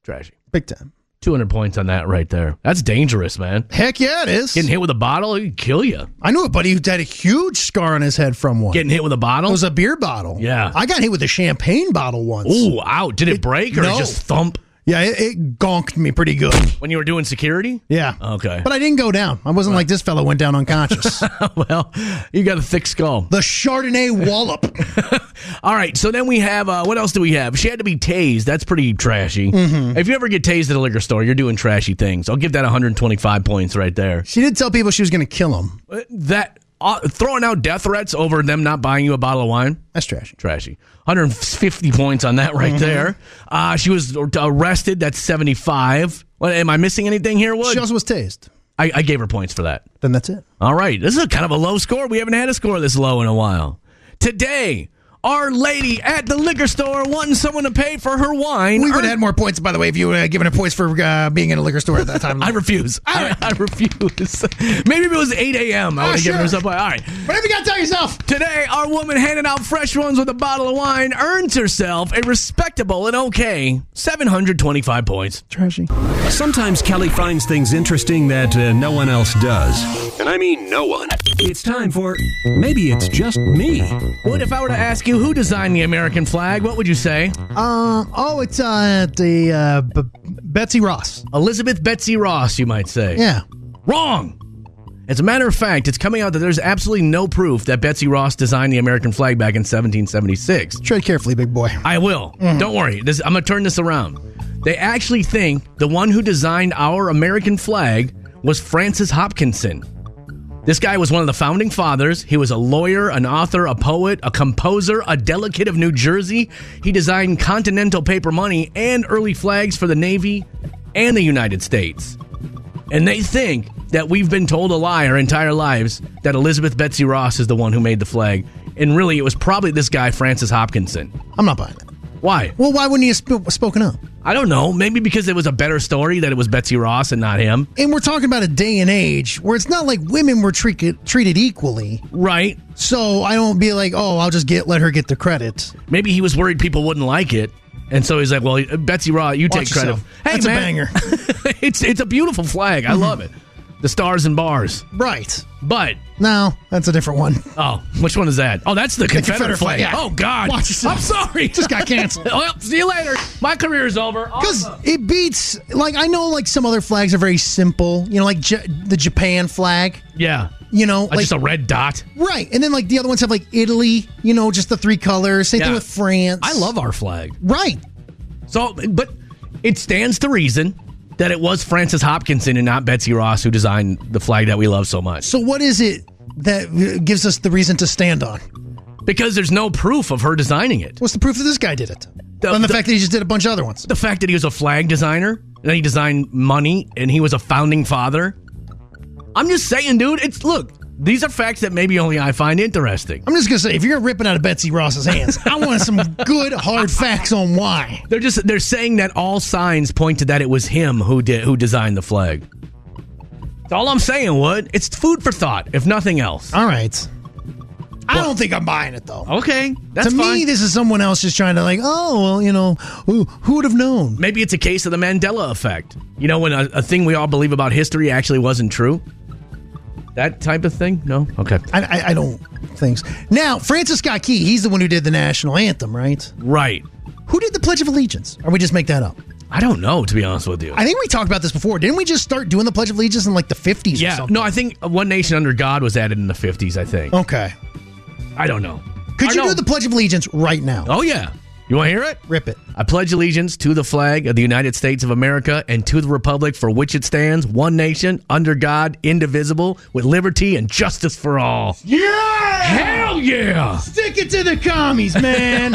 [SPEAKER 1] Trashy.
[SPEAKER 2] Big time.
[SPEAKER 1] 200 points on that right there. That's dangerous, man.
[SPEAKER 2] Heck yeah, it is.
[SPEAKER 1] Getting hit with a bottle, it could kill you.
[SPEAKER 2] I knew a buddy who had a huge scar on his head from one.
[SPEAKER 1] Getting hit with a
[SPEAKER 2] it
[SPEAKER 1] bottle.
[SPEAKER 2] was a beer bottle.
[SPEAKER 1] Yeah.
[SPEAKER 2] I got hit with a champagne bottle once.
[SPEAKER 1] Ooh, out. Did it break or
[SPEAKER 2] no.
[SPEAKER 1] just thump
[SPEAKER 2] Yeah, it, it gonked me pretty good.
[SPEAKER 1] when you were doing security?
[SPEAKER 2] Yeah.
[SPEAKER 1] Okay.
[SPEAKER 2] But I didn't go down. I wasn't like this fellow went down unconscious.
[SPEAKER 1] well, you got a thick skull.
[SPEAKER 2] the Chardonnay wallop.
[SPEAKER 1] All right. So then we have uh, what else do we have? She had to be tased. That's pretty trashy. If you ever get tased at a liquor store, you're doing trashy things. I'll give that 125 points right there.
[SPEAKER 2] She did tell people she was going to kill him.
[SPEAKER 1] That uh, throwing out death threats over them not buying you a bottle of wine.
[SPEAKER 2] That's trashy.
[SPEAKER 1] Trashy. 150 points on that right there. Uh, she was arrested. That's 75. What, am I missing anything here, Wood?
[SPEAKER 2] She also was tased.
[SPEAKER 1] I, I gave her points for that.
[SPEAKER 2] Then that's it.
[SPEAKER 1] All right. This is kind of a low score. We haven't had a score this low in a while. Today, our lady at the liquor store wanting someone to pay for her wine.
[SPEAKER 2] We would
[SPEAKER 1] earned-
[SPEAKER 2] have had more points, by the way, if you had given her points for uh, being in a liquor store at that time.
[SPEAKER 1] I refuse. I, I refuse. Maybe if it was 8 a.m. I
[SPEAKER 2] Ah,
[SPEAKER 1] would have given her
[SPEAKER 2] sure.
[SPEAKER 1] something. All right.
[SPEAKER 2] Whatever you got to tell yourself.
[SPEAKER 1] Today, our woman handing out fresh ones with a bottle of wine earns herself a respectable and okay 725 points.
[SPEAKER 2] Trashy.
[SPEAKER 4] Sometimes Kelly finds things interesting that uh, no one else does. And I mean no one. It's time for Maybe It's Just Me.
[SPEAKER 1] Wood, if I were to ask you who designed the American flag, what would you say?
[SPEAKER 2] Uh, oh, it's uh, the uh, B- Betsy Ross.
[SPEAKER 1] Elizabeth Betsy Ross, you might say.
[SPEAKER 2] Yeah.
[SPEAKER 1] Wrong. As a matter of fact, it's coming out that there's absolutely no proof that Betsy Ross designed the American flag back in 1776.
[SPEAKER 2] Tread carefully, big boy.
[SPEAKER 1] I will. Don't worry. This, I'm going to turn this around. They actually think the one who designed our American flag was Francis Hopkinson. This guy was one of the founding fathers. He was a lawyer, an author, a poet, a composer, a delegate of New Jersey. He designed continental paper money and early flags for the Navy and the United States. And they think that we've been told a lie our entire lives that Elizabeth Betsy Ross is the one who made the flag. And really, it was probably this guy, Francis Hopkinson.
[SPEAKER 2] I'm not buying it.
[SPEAKER 1] Why?
[SPEAKER 2] Well, why wouldn't he have sp- spoken up?
[SPEAKER 1] I don't know. Maybe because it was a better story that it was Betsy Ross and not him.
[SPEAKER 2] And we're talking about a day and age where it's not like women were treated treated equally.
[SPEAKER 1] Right.
[SPEAKER 2] So I don't be like, oh, I'll just get let her get the credit.
[SPEAKER 1] Maybe he was worried people wouldn't like it. And so he's like, well, Betsy Ross, you
[SPEAKER 2] Watch
[SPEAKER 1] take credit.
[SPEAKER 2] yourself. That's a banger.
[SPEAKER 1] it's, it's a beautiful flag. I love it. The stars and bars.
[SPEAKER 2] Right.
[SPEAKER 1] But,
[SPEAKER 2] No, that's a different one.
[SPEAKER 1] oh, which one is that? Oh, that's the Confederate,
[SPEAKER 2] Confederate
[SPEAKER 1] flag.
[SPEAKER 2] flag, yeah.
[SPEAKER 1] Oh, God.
[SPEAKER 2] Watch yourself.
[SPEAKER 1] I'm sorry.
[SPEAKER 2] Just got canceled.
[SPEAKER 1] well, see you later. My career's over.
[SPEAKER 2] Because
[SPEAKER 1] Awesome.
[SPEAKER 2] it beats, like, I know, like, some other flags are very simple, you know, like J- the Japan flag,
[SPEAKER 1] Yeah.
[SPEAKER 2] you know,
[SPEAKER 1] Uh,
[SPEAKER 2] like,
[SPEAKER 1] just a red dot.
[SPEAKER 2] right. And then, like, the other ones have, like, Italy, you know, just the three colors. Same
[SPEAKER 1] Yeah.
[SPEAKER 2] thing with France.
[SPEAKER 1] I love our flag.
[SPEAKER 2] Right.
[SPEAKER 1] So, but it stands to reason that it was Francis Hopkinson and not Betsy Ross who designed the flag that we love so much.
[SPEAKER 2] So, what is it that uh, gives us the reason to stand on?
[SPEAKER 1] Because there's no proof of her designing it.
[SPEAKER 2] What's the proof that this guy did it?
[SPEAKER 1] The-
[SPEAKER 2] The, and the,
[SPEAKER 1] the-
[SPEAKER 2] fact that he just did a bunch of other ones.
[SPEAKER 1] The fact that he was a flag designer and that he designed money and he was a founding father. I'm just saying, dude, it's look, these are facts that maybe only I find interesting.
[SPEAKER 2] I'm just going to say, if you're ripping out of Betsy Ross's hands, I want some good, hard facts on why.
[SPEAKER 1] They're just they're saying that all signs point to that it was him who did who designed the flag. That's all I'm saying, Wood. It's food for thought, if nothing else.
[SPEAKER 2] All right. I don't think I'm buying it, though.
[SPEAKER 1] Okay, that's
[SPEAKER 2] to
[SPEAKER 1] fine.
[SPEAKER 2] me, this is someone else just trying to like, oh, well, you know, who, who would have known?
[SPEAKER 1] Maybe it's a case of the Mandela effect. You know, when a, a thing we all believe about history actually wasn't true. That type of thing? No? Okay.
[SPEAKER 2] I, I, I don't think. So. Now, Francis Scott Key, he's the one who did the national anthem, right?
[SPEAKER 1] Right.
[SPEAKER 2] Who did the Pledge of Allegiance? Or we just make that up?
[SPEAKER 1] I don't know, to be honest with you.
[SPEAKER 2] I think we talked about this before. Didn't we just start doing the Pledge of Allegiance in like the 50s or
[SPEAKER 1] yeah.
[SPEAKER 2] something?
[SPEAKER 1] No, I think One Nation Under God was added in the 50s, I think.
[SPEAKER 2] Okay.
[SPEAKER 1] I don't know.
[SPEAKER 2] Could
[SPEAKER 1] Or
[SPEAKER 2] you
[SPEAKER 1] no.
[SPEAKER 2] do the Pledge of Allegiance right now?
[SPEAKER 1] Oh, yeah. You want to hear it?
[SPEAKER 2] Rip it.
[SPEAKER 1] I pledge allegiance to the flag of the United States of America and to the republic for which it stands, one nation, under God, indivisible, with liberty and justice for all.
[SPEAKER 2] Yeah!
[SPEAKER 1] Hell yeah!
[SPEAKER 2] Stick it to the commies, man.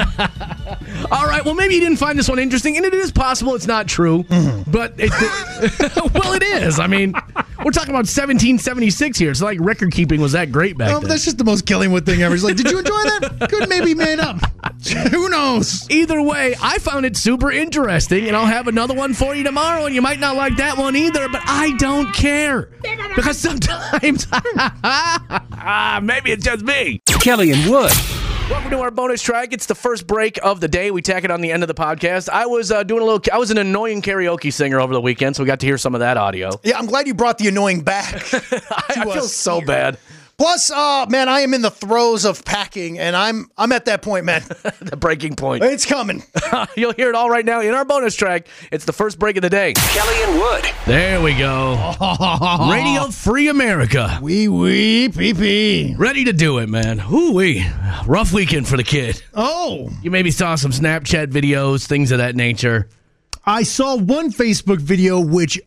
[SPEAKER 1] All right. Well, maybe you didn't find this one interesting, and it is possible it's not true. But it, well, it is. I mean, we're talking about 1776 here. It's like record keeping was that great back
[SPEAKER 2] no,
[SPEAKER 1] then.
[SPEAKER 2] Oh, that's just the most Killingwood thing ever. It's like, did you enjoy that? Could maybe made up. who knows?
[SPEAKER 1] Either way, I found it super interesting, and I'll have another one for you tomorrow. And you might not like that one either, but I don't care because sometimes maybe it's just me.
[SPEAKER 4] Kelly and Wood.
[SPEAKER 1] Welcome to our bonus track. It's the first break of the day. We tack it on the end of the podcast. I was uh, doing a little. I was an annoying karaoke singer over the weekend, so we got to hear some of that audio.
[SPEAKER 2] Yeah, I'm glad you brought the annoying back.
[SPEAKER 1] I, I feel
[SPEAKER 2] us
[SPEAKER 1] so
[SPEAKER 2] here.
[SPEAKER 1] bad.
[SPEAKER 2] Plus, uh, man, I am in the throes of packing, and I'm I'm at that point, man.
[SPEAKER 1] The breaking point.
[SPEAKER 2] It's coming.
[SPEAKER 1] You'll hear it all right now in our bonus track. It's the first break of the day.
[SPEAKER 4] Kelly and Wood.
[SPEAKER 1] There we go. Radio Free America.
[SPEAKER 2] Wee wee pee pee.
[SPEAKER 1] Ready to do it, man. Hoo wee. Rough weekend for the kid.
[SPEAKER 2] Oh,
[SPEAKER 1] You maybe saw some Snapchat videos, things of that nature.
[SPEAKER 2] I saw one Facebook video which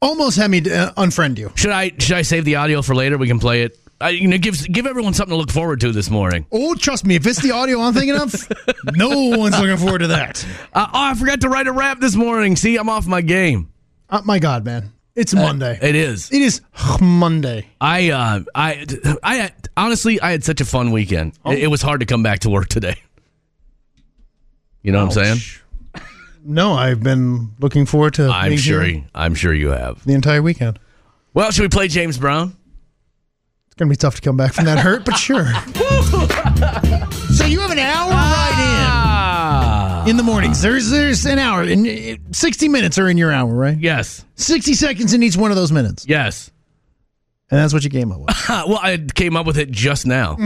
[SPEAKER 2] almost had me to, uh, unfriend you.
[SPEAKER 1] Should I should I save the audio for later? We can play it. I, you know, give give everyone something to look forward to this morning.
[SPEAKER 2] Oh, trust me, if it's the audio I'm thinking of, no one's looking forward to that.
[SPEAKER 1] Uh, oh, I forgot to write a rap this morning. See, I'm off my game.
[SPEAKER 2] Uh, my God, man, it's
[SPEAKER 1] Uh,
[SPEAKER 2] Monday.
[SPEAKER 1] It is.
[SPEAKER 2] it is Monday.
[SPEAKER 1] I uh, I I had- honestly I had such a fun weekend. It, it was hard to come back to work today. You know what I'm saying?
[SPEAKER 2] No, I've been looking forward to.
[SPEAKER 1] I'm
[SPEAKER 2] being
[SPEAKER 1] sure.
[SPEAKER 2] here
[SPEAKER 1] I'm sure you have.
[SPEAKER 2] the entire weekend.
[SPEAKER 1] Well, should we play James Brown?
[SPEAKER 2] It's gonna be tough to come back from that hurt, but sure. so you have an hour right
[SPEAKER 1] Ah,
[SPEAKER 2] in in the mornings. There's there's an hour in sixty minutes are in your hour, right?
[SPEAKER 1] yes,
[SPEAKER 2] Sixty seconds in each one of those minutes,
[SPEAKER 1] yes.
[SPEAKER 2] and that's what you came up with.
[SPEAKER 1] Uh, well, I came up with it just now.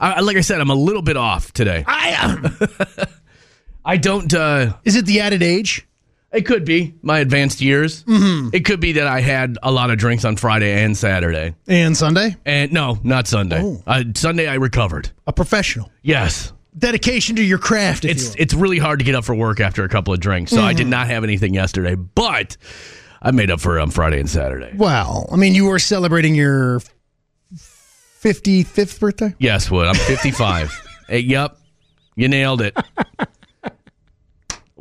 [SPEAKER 1] I, I- like I said, I'm a little bit off today.
[SPEAKER 2] I,
[SPEAKER 1] I don't. Uh,
[SPEAKER 2] is it the added age?
[SPEAKER 1] it could be my advanced years. Mm-hmm. It could be that I had a lot of drinks on Friday and Saturday,
[SPEAKER 2] And Sunday,
[SPEAKER 1] and no, not Sunday. Uh, Sunday I recovered.
[SPEAKER 2] a professional
[SPEAKER 1] Yes,
[SPEAKER 2] dedication to your craft. If you
[SPEAKER 1] it's
[SPEAKER 2] will.
[SPEAKER 1] it's really hard to get up for work after a couple of drinks, so I did not have anything yesterday, but I made up for it on Friday and Saturday.
[SPEAKER 2] Well, I mean, you were celebrating your 55th birthday?
[SPEAKER 1] Yes, Wood. I'm 55. hey, yep. You nailed it.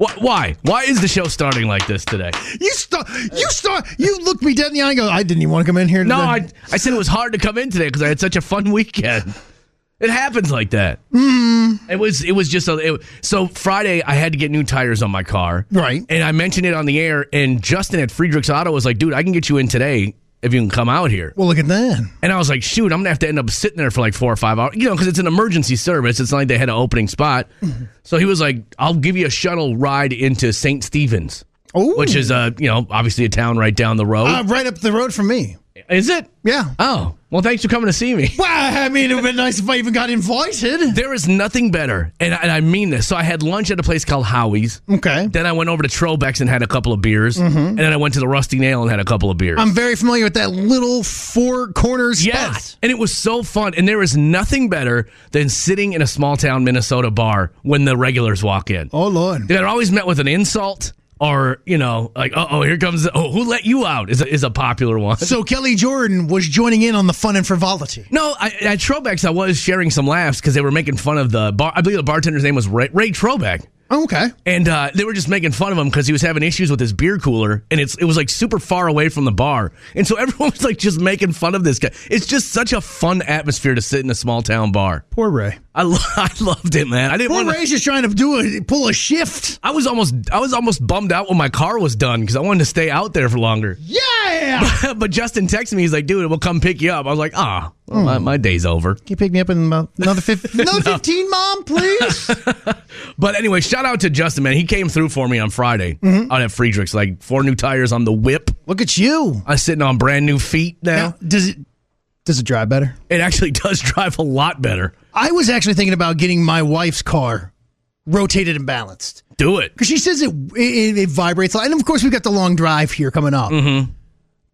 [SPEAKER 1] Wh- Why? Why is the show starting like this today?
[SPEAKER 2] You start, you start, you look me dead in the eye and go, I didn't even want to come in here.
[SPEAKER 1] No,
[SPEAKER 2] today."
[SPEAKER 1] I, I said it was hard to come in today because I had such a fun weekend. It happens like that. It was it was just a it, so Friday I had to get new tires on my car.
[SPEAKER 2] Right.
[SPEAKER 1] And I mentioned it on the air, and Justin at Friedrichs Auto was like, "Dude, I can get you in today if you can come out here."
[SPEAKER 2] Well, look at that.
[SPEAKER 1] And I was like, shoot, I'm gonna have to end up sitting there for like four or five hours, you know, because it's an emergency service. It's not like they had an opening spot. So he was like, I'll give you a shuttle ride into St. Stephen's,
[SPEAKER 2] Oh,
[SPEAKER 1] which is uh, you know, obviously a town right down the road.
[SPEAKER 2] uh, right up the road from me.
[SPEAKER 1] is it?
[SPEAKER 2] Yeah.
[SPEAKER 1] Oh, well, thanks for coming to see me.
[SPEAKER 2] Well, I mean, it would have been nice if I even got invited.
[SPEAKER 1] There is nothing better, and I, and I mean this. So I had lunch at a place called Howie's.
[SPEAKER 2] Okay.
[SPEAKER 1] Then I went over to Trobeck's and had a couple of beers, and then I went to the Rusty Nail and had a couple of beers.
[SPEAKER 2] I'm very familiar with that little four corners
[SPEAKER 1] Yes.
[SPEAKER 2] spot.
[SPEAKER 1] And it was so fun. And there is nothing better than sitting in a small town Minnesota bar when the regulars walk in.
[SPEAKER 2] Oh, Lord.
[SPEAKER 1] They're always met with an insult or, you know, like, uh oh, here comes, oh, who let you out is a, is a popular one.
[SPEAKER 2] So Kelly Jordan was joining in on the fun and frivolity.
[SPEAKER 1] No, I, at Trobeck's, I was sharing some laughs because they were making fun of the bar. I believe the bartender's name was Ray, Ray Trobeck.
[SPEAKER 2] Okay.
[SPEAKER 1] And uh, they were just making fun of him because he was having issues with his beer cooler, and it's it was like super far away from the bar, and so everyone was like just making fun of this guy. It's just such a fun atmosphere to sit in a small town bar.
[SPEAKER 2] Poor Ray.
[SPEAKER 1] I, lo- I loved it, man. I didn't
[SPEAKER 2] Poor
[SPEAKER 1] want to.
[SPEAKER 2] Ray's just trying to do a pull a shift.
[SPEAKER 1] I was almost I was almost bummed out when my car was done because I wanted to stay out there for longer.
[SPEAKER 2] Yeah.
[SPEAKER 1] but Justin texted me. He's like, "Dude, we'll come pick you up." I was like, "Ah, well, my, my day's over."
[SPEAKER 2] Can you pick me up in about another, fif- another 15, Mom, please?
[SPEAKER 1] But anyway, shout out to Justin, man. He came through for me on Friday
[SPEAKER 2] Mm-hmm.
[SPEAKER 1] out at Friedrichs. Like four new tires on the whip.
[SPEAKER 2] Look at you.
[SPEAKER 1] I'm sitting on brand new feet now.
[SPEAKER 2] Now, does it does it drive better?
[SPEAKER 1] It actually does drive a lot better.
[SPEAKER 2] I was actually thinking about getting my wife's car rotated and balanced
[SPEAKER 1] Do it.
[SPEAKER 2] because she says it, it it vibrates a lot. And of course, we've got the long drive here coming up.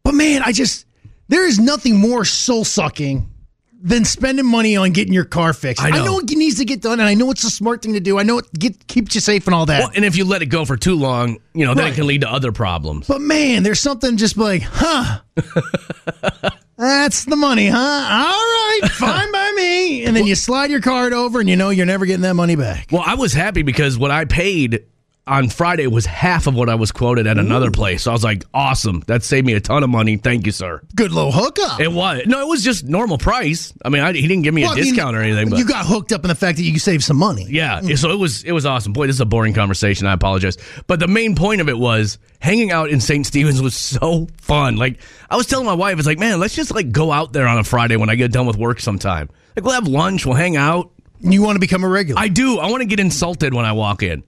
[SPEAKER 2] But man, I just there is nothing more soul sucking than spending money on getting your car fixed.
[SPEAKER 1] I know.
[SPEAKER 2] it needs to get done, and I know it's a smart thing to do. I know it get, keeps you safe and all that.
[SPEAKER 1] Well, and if you let it go for too long, you know, then
[SPEAKER 2] Right.
[SPEAKER 1] it can lead to other problems.
[SPEAKER 2] But man, there's something just like, huh? That's the money, huh? All right, fine by me. And then you slide your card over, and you know you're never getting that money back.
[SPEAKER 1] Well, I was happy because what I paid on Friday was half of what I was quoted at another place. So I was like, awesome. That saved me a ton of money. Thank you, sir.
[SPEAKER 2] Good little hookup.
[SPEAKER 1] It was. No, it was just normal price. I mean, I, he didn't give me
[SPEAKER 2] Well,
[SPEAKER 1] a
[SPEAKER 2] I mean,
[SPEAKER 1] discount or anything, but.
[SPEAKER 2] you got hooked up in the fact that you saved some money.
[SPEAKER 1] yeah, so it was it was awesome. Boy, this is a boring conversation. I apologize, but the main point of it was hanging out in St. Stephen's was so fun. Like I was telling my wife, it's like, man, let's just like go out there on a Friday when I get done with work sometime. Like we'll have lunch, we'll hang out,
[SPEAKER 2] You want to become a regular.
[SPEAKER 1] I do. I want to get insulted when I walk in.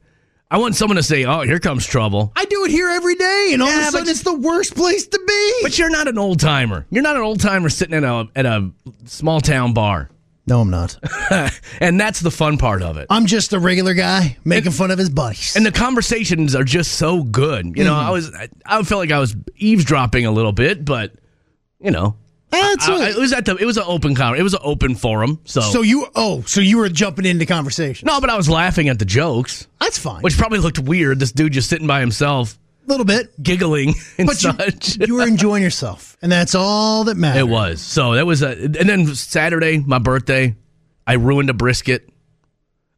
[SPEAKER 1] I want someone to say, "Oh, here comes trouble."
[SPEAKER 2] I do it here every day, and all
[SPEAKER 1] Yeah,
[SPEAKER 2] of a
[SPEAKER 1] but-
[SPEAKER 2] sudden it's the worst place to be.
[SPEAKER 1] But you're not an old timer. You're not an old timer sitting in a at a small town bar,
[SPEAKER 2] no, I'm not.
[SPEAKER 1] and that's the fun part of it.
[SPEAKER 2] I'm just a regular guy making fun of his buddies.
[SPEAKER 1] And the conversations are just so good. You know,
[SPEAKER 2] Mm-hmm.
[SPEAKER 1] I was I, I felt like I was eavesdropping a little bit, but you know,
[SPEAKER 2] That's
[SPEAKER 1] I-
[SPEAKER 2] what-
[SPEAKER 1] it was at the it was an open con it was an open forum. So,
[SPEAKER 2] so you oh so you were jumping into conversation.
[SPEAKER 1] no, but I was laughing at the jokes,
[SPEAKER 2] That's fine.
[SPEAKER 1] which probably looked weird. This dude just sitting by himself,
[SPEAKER 2] a little bit,
[SPEAKER 1] giggling and
[SPEAKER 2] but
[SPEAKER 1] such.
[SPEAKER 2] you, you were enjoying yourself, and that's all that matters.
[SPEAKER 1] It was. So that was a. And then Saturday, my birthday, I ruined a brisket.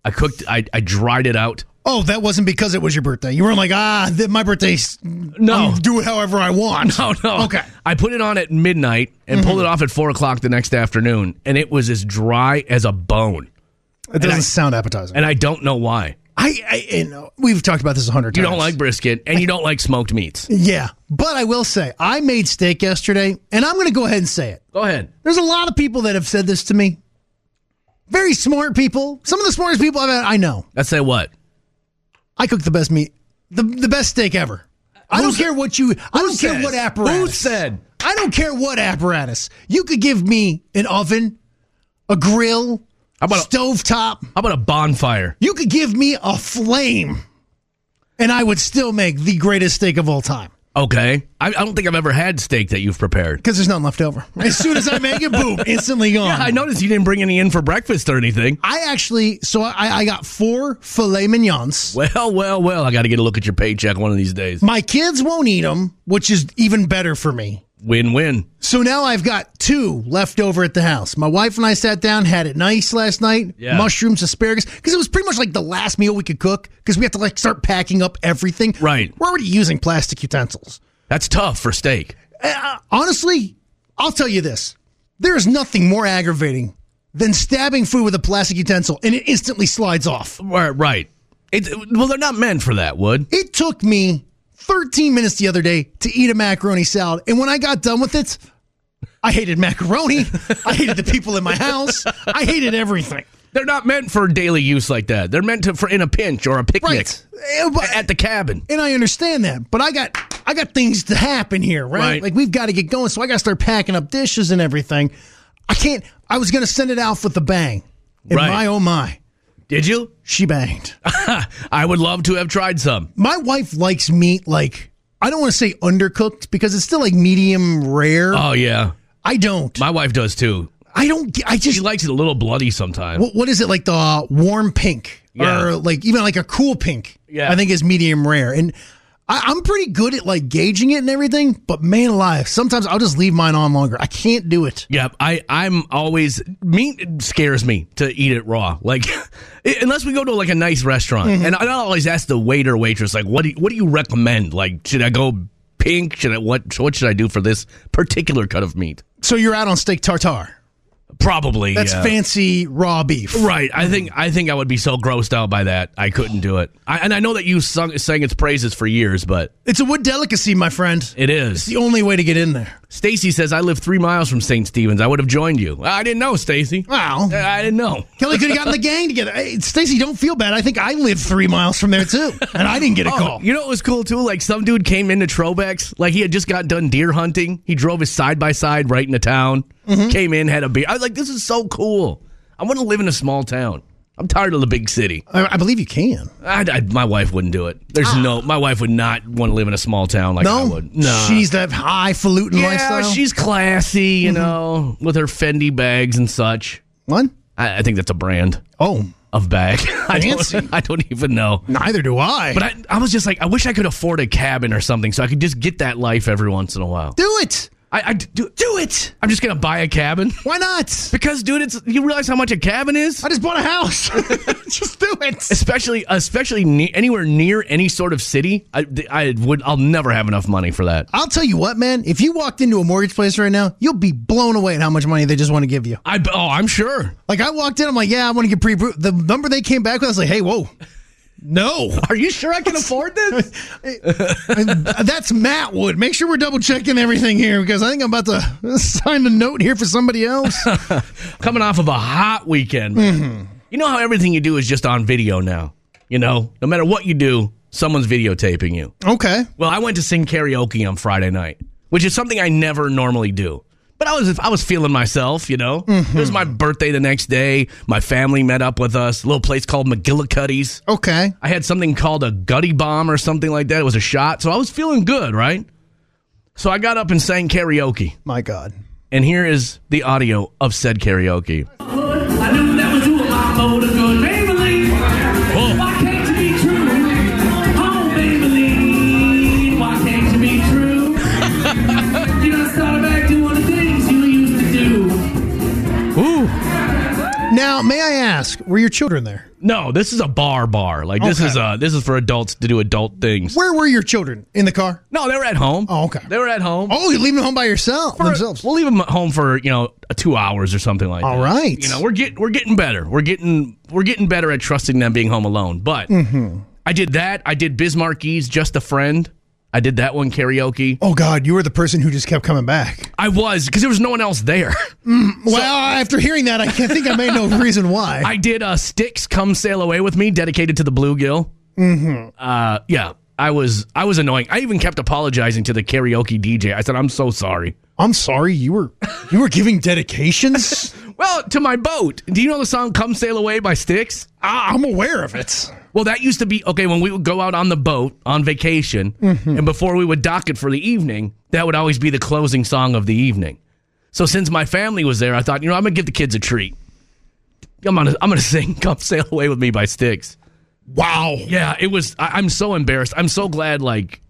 [SPEAKER 1] I cooked. I, I dried it out.
[SPEAKER 2] Oh, that wasn't because it was your birthday. You weren't like ah, th- my birthday's
[SPEAKER 1] No.
[SPEAKER 2] I'll do it however I want.
[SPEAKER 1] Oh no.
[SPEAKER 2] Okay. Mm-hmm.
[SPEAKER 1] I put it on at midnight and pulled it off at four o'clock the next afternoon, and it was as dry as a bone.
[SPEAKER 2] It doesn't sound appetizing.
[SPEAKER 1] And I don't know why.
[SPEAKER 2] I, I you know, we've talked about this a hundred
[SPEAKER 1] You
[SPEAKER 2] times.
[SPEAKER 1] don't like brisket, and you don't like smoked meats.
[SPEAKER 2] Yeah, but I will say I made steak yesterday, and I'm going to go ahead and say it.
[SPEAKER 1] Go ahead.
[SPEAKER 2] There's a lot of people that have said this to me. Very smart people. Some of the smartest people I've I know.
[SPEAKER 1] Let's say what.
[SPEAKER 2] I cook the best meat, the the best steak ever. I don't care what you. I don't care what apparatus.
[SPEAKER 1] Who said?
[SPEAKER 2] I don't care what apparatus. You could give me an oven, a grill,
[SPEAKER 1] How about a-
[SPEAKER 2] stove top.
[SPEAKER 1] How about a bonfire?
[SPEAKER 2] You could give me a flame, and I would still make the greatest steak of all time
[SPEAKER 1] Okay. I, I don't think I've ever had steak that you've prepared.
[SPEAKER 2] because there's nothing left over. As soon as I make it, boom, instantly gone.
[SPEAKER 1] I noticed you didn't bring any in for breakfast or anything.
[SPEAKER 2] I actually, so I, I got four filet mignons.
[SPEAKER 1] Well, well, well. I got to get a look at your paycheck one of these days.
[SPEAKER 2] My kids won't eat them, which is even better for me.
[SPEAKER 1] Win win.
[SPEAKER 2] So now I've got two left over at the house. My wife and I sat down, had it nice last night.
[SPEAKER 1] Yeah.
[SPEAKER 2] Mushrooms, asparagus, because it was pretty much like the last meal we could cook because we have to like start packing up everything.
[SPEAKER 1] Right.
[SPEAKER 2] We're already using plastic utensils.
[SPEAKER 1] That's tough for steak.
[SPEAKER 2] Uh, honestly, I'll tell you this: there is nothing more aggravating than stabbing food with a plastic utensil and it instantly slides off.
[SPEAKER 1] Right. right. It, well, they're not meant for that, Wood.
[SPEAKER 2] It took me 13 minutes the other day to eat a macaroni salad. And when I got done with it, I hated macaroni. I hated the people in my house. I hated everything.
[SPEAKER 1] They're not meant for daily use like that. They're meant to for in a pinch or a picnic
[SPEAKER 2] Right. Eh, but-
[SPEAKER 1] at the cabin.
[SPEAKER 2] And I understand that, but I got I got things to happen here, right?
[SPEAKER 1] Right.
[SPEAKER 2] Like we've got to get going, so I got to start packing up dishes and everything. I can't. I was going to send it off with a bang, and
[SPEAKER 1] Right.
[SPEAKER 2] my oh my,
[SPEAKER 1] Did you?
[SPEAKER 2] she banged.
[SPEAKER 1] I would love to have tried some.
[SPEAKER 2] my wife likes meat like I don't want to say undercooked because it's still like medium rare.
[SPEAKER 1] Oh yeah,
[SPEAKER 2] I don't.
[SPEAKER 1] my wife does too.
[SPEAKER 2] I don't. get- I just
[SPEAKER 1] She likes it a little bloody sometimes.
[SPEAKER 2] what, what is it like the uh, warm pink
[SPEAKER 1] Yeah.
[SPEAKER 2] or like even like a cool pink
[SPEAKER 1] Yeah.
[SPEAKER 2] i think is medium rare and I, i'm pretty good at like gauging it and everything but man alive sometimes i'll just leave mine on longer i can't do it
[SPEAKER 1] Yep, I I'm always meat scares me to eat it raw. Like unless we go to like a nice restaurant, and I always ask the waiter waitress like, what do you, what do you recommend? Like, should I go pink? Should I what what should I do for this particular cut of meat?
[SPEAKER 2] so you're out on steak tartare
[SPEAKER 1] Probably
[SPEAKER 2] that's
[SPEAKER 1] yeah.
[SPEAKER 2] fancy raw beef
[SPEAKER 1] Right, I think I think I would be so grossed out by that I couldn't do it. I, and I know that you sung, sang its praises for years, but
[SPEAKER 2] it's a wood delicacy my friend
[SPEAKER 1] it is.
[SPEAKER 2] the only way to get in there
[SPEAKER 1] Stacy says I live three miles from St. Stephen's. I would have joined you. I didn't know, Stacy.
[SPEAKER 2] wow
[SPEAKER 1] I didn't know.
[SPEAKER 2] kelly could have gotten the gang together hey, stacy don't feel bad i think i live three miles from there too and i didn't get a call
[SPEAKER 1] You know what was cool too? Like some dude came into Trobex, like he had just got done deer hunting. He drove his side by side right into town. Came in, had a beer. I was like, this is so cool. I want to live in a small town. I'm tired of the big city.
[SPEAKER 2] I, I believe you can
[SPEAKER 1] I, I- my wife wouldn't do it. There's no. My wife would not want to live in a small town like I
[SPEAKER 2] no
[SPEAKER 1] would. No,
[SPEAKER 2] she's that highfalutin
[SPEAKER 1] yeah,
[SPEAKER 2] lifestyle
[SPEAKER 1] she's classy, you know, with her Fendi bags and such.
[SPEAKER 2] one
[SPEAKER 1] I, I think that's a brand
[SPEAKER 2] oh
[SPEAKER 1] of bag. I
[SPEAKER 2] Fancy.
[SPEAKER 1] don't, I don't even know.
[SPEAKER 2] Neither do I.
[SPEAKER 1] But I, I was just like, I wish I could afford a cabin or something so I could just get that life every once in a while.
[SPEAKER 2] do it.
[SPEAKER 1] I, I d- do, do it. I'm just gonna buy a cabin
[SPEAKER 2] Why not?
[SPEAKER 1] because, dude, it's you realize how much a cabin is,
[SPEAKER 2] I just bought a house. just do it.
[SPEAKER 1] especially especially ne- anywhere near any sort of city. I, I would I'll never have enough money for that.
[SPEAKER 2] I'll tell you what, man. If you walked into a mortgage place right now, you'll be blown away at how much money they just want to give you.
[SPEAKER 1] I oh I'm sure.
[SPEAKER 2] Like I walked in, I'm like, yeah, I want to get pre. The number they came back with, I was like, hey, whoa, no,
[SPEAKER 1] Are you sure I can afford this?
[SPEAKER 2] that's Matt Wood. Make sure we're double checking everything here because I think I'm about to sign a note here for somebody else.
[SPEAKER 1] coming off of a hot weekend. man. You know how everything you do is just on video now. You know, no matter what you do, someone's videotaping you.
[SPEAKER 2] Okay.
[SPEAKER 1] Well, I went to sing karaoke on Friday night, which is something I never normally do. But I was I was feeling myself, you know. It was my birthday the next day. My family met up with us. A little place called McGillicuddy's.
[SPEAKER 2] Okay.
[SPEAKER 1] I had something called a gutty bomb or something like that. It was a shot, so I was feeling good, right? So I got up and sang karaoke,
[SPEAKER 2] My God.
[SPEAKER 1] and here is the audio of said karaoke.
[SPEAKER 7] I knew that was you a lot older good. Maybelline, why can't you be true? Oh, Maybelline, why can't you be true? you done started back doing the things you used to do.
[SPEAKER 1] Ooh.
[SPEAKER 2] Now, may I ask, were your children there?
[SPEAKER 1] No, this is a bar bar. Like this
[SPEAKER 2] Okay.
[SPEAKER 1] is uh this is for adults to do adult things.
[SPEAKER 2] Where were your children? In the car?
[SPEAKER 1] No, they were at home.
[SPEAKER 2] Oh, okay.
[SPEAKER 1] They were at home.
[SPEAKER 2] Oh, you're leaving them home by yourself
[SPEAKER 1] For-
[SPEAKER 2] themselves.
[SPEAKER 1] We'll leave them at home for you know two hours or something like
[SPEAKER 2] All
[SPEAKER 1] that.
[SPEAKER 2] right.
[SPEAKER 1] You know we're getting we're getting better. We're getting we're getting better at trusting them being home alone. But
[SPEAKER 2] Mm-hmm.
[SPEAKER 1] I did that. I did Bismarckese, just a friend. I did that one karaoke.
[SPEAKER 2] Oh God, you were the person who just kept coming back.
[SPEAKER 1] I was because there was no one else there.
[SPEAKER 2] Well, Uh, after hearing that, I can't think I may know the reason why.
[SPEAKER 1] I did uh, Sticks Come Sail Away with Me, dedicated to the bluegill. Mm-hmm. Uh, yeah, I was I was annoying. I even kept apologizing to the karaoke DJ. I said, "I'm so sorry."
[SPEAKER 2] I, am sorry, you were you were giving dedications.
[SPEAKER 1] Well, to my boat. Do you know the song "Come Sail Away" by Sticks?
[SPEAKER 2] I, I'm aware of it.
[SPEAKER 1] Well, that used to be okay when we would go out on the boat on vacation, and before we would dock it for the evening, that would always be the closing song of the evening. So since my family was there, I thought, you know, I'm gonna give the kids a treat. I'm gonna I'm gonna sing "Come Sail Away with Me" by Sticks.
[SPEAKER 2] Wow.
[SPEAKER 1] Yeah, it was. I, I'm so embarrassed. I'm so glad like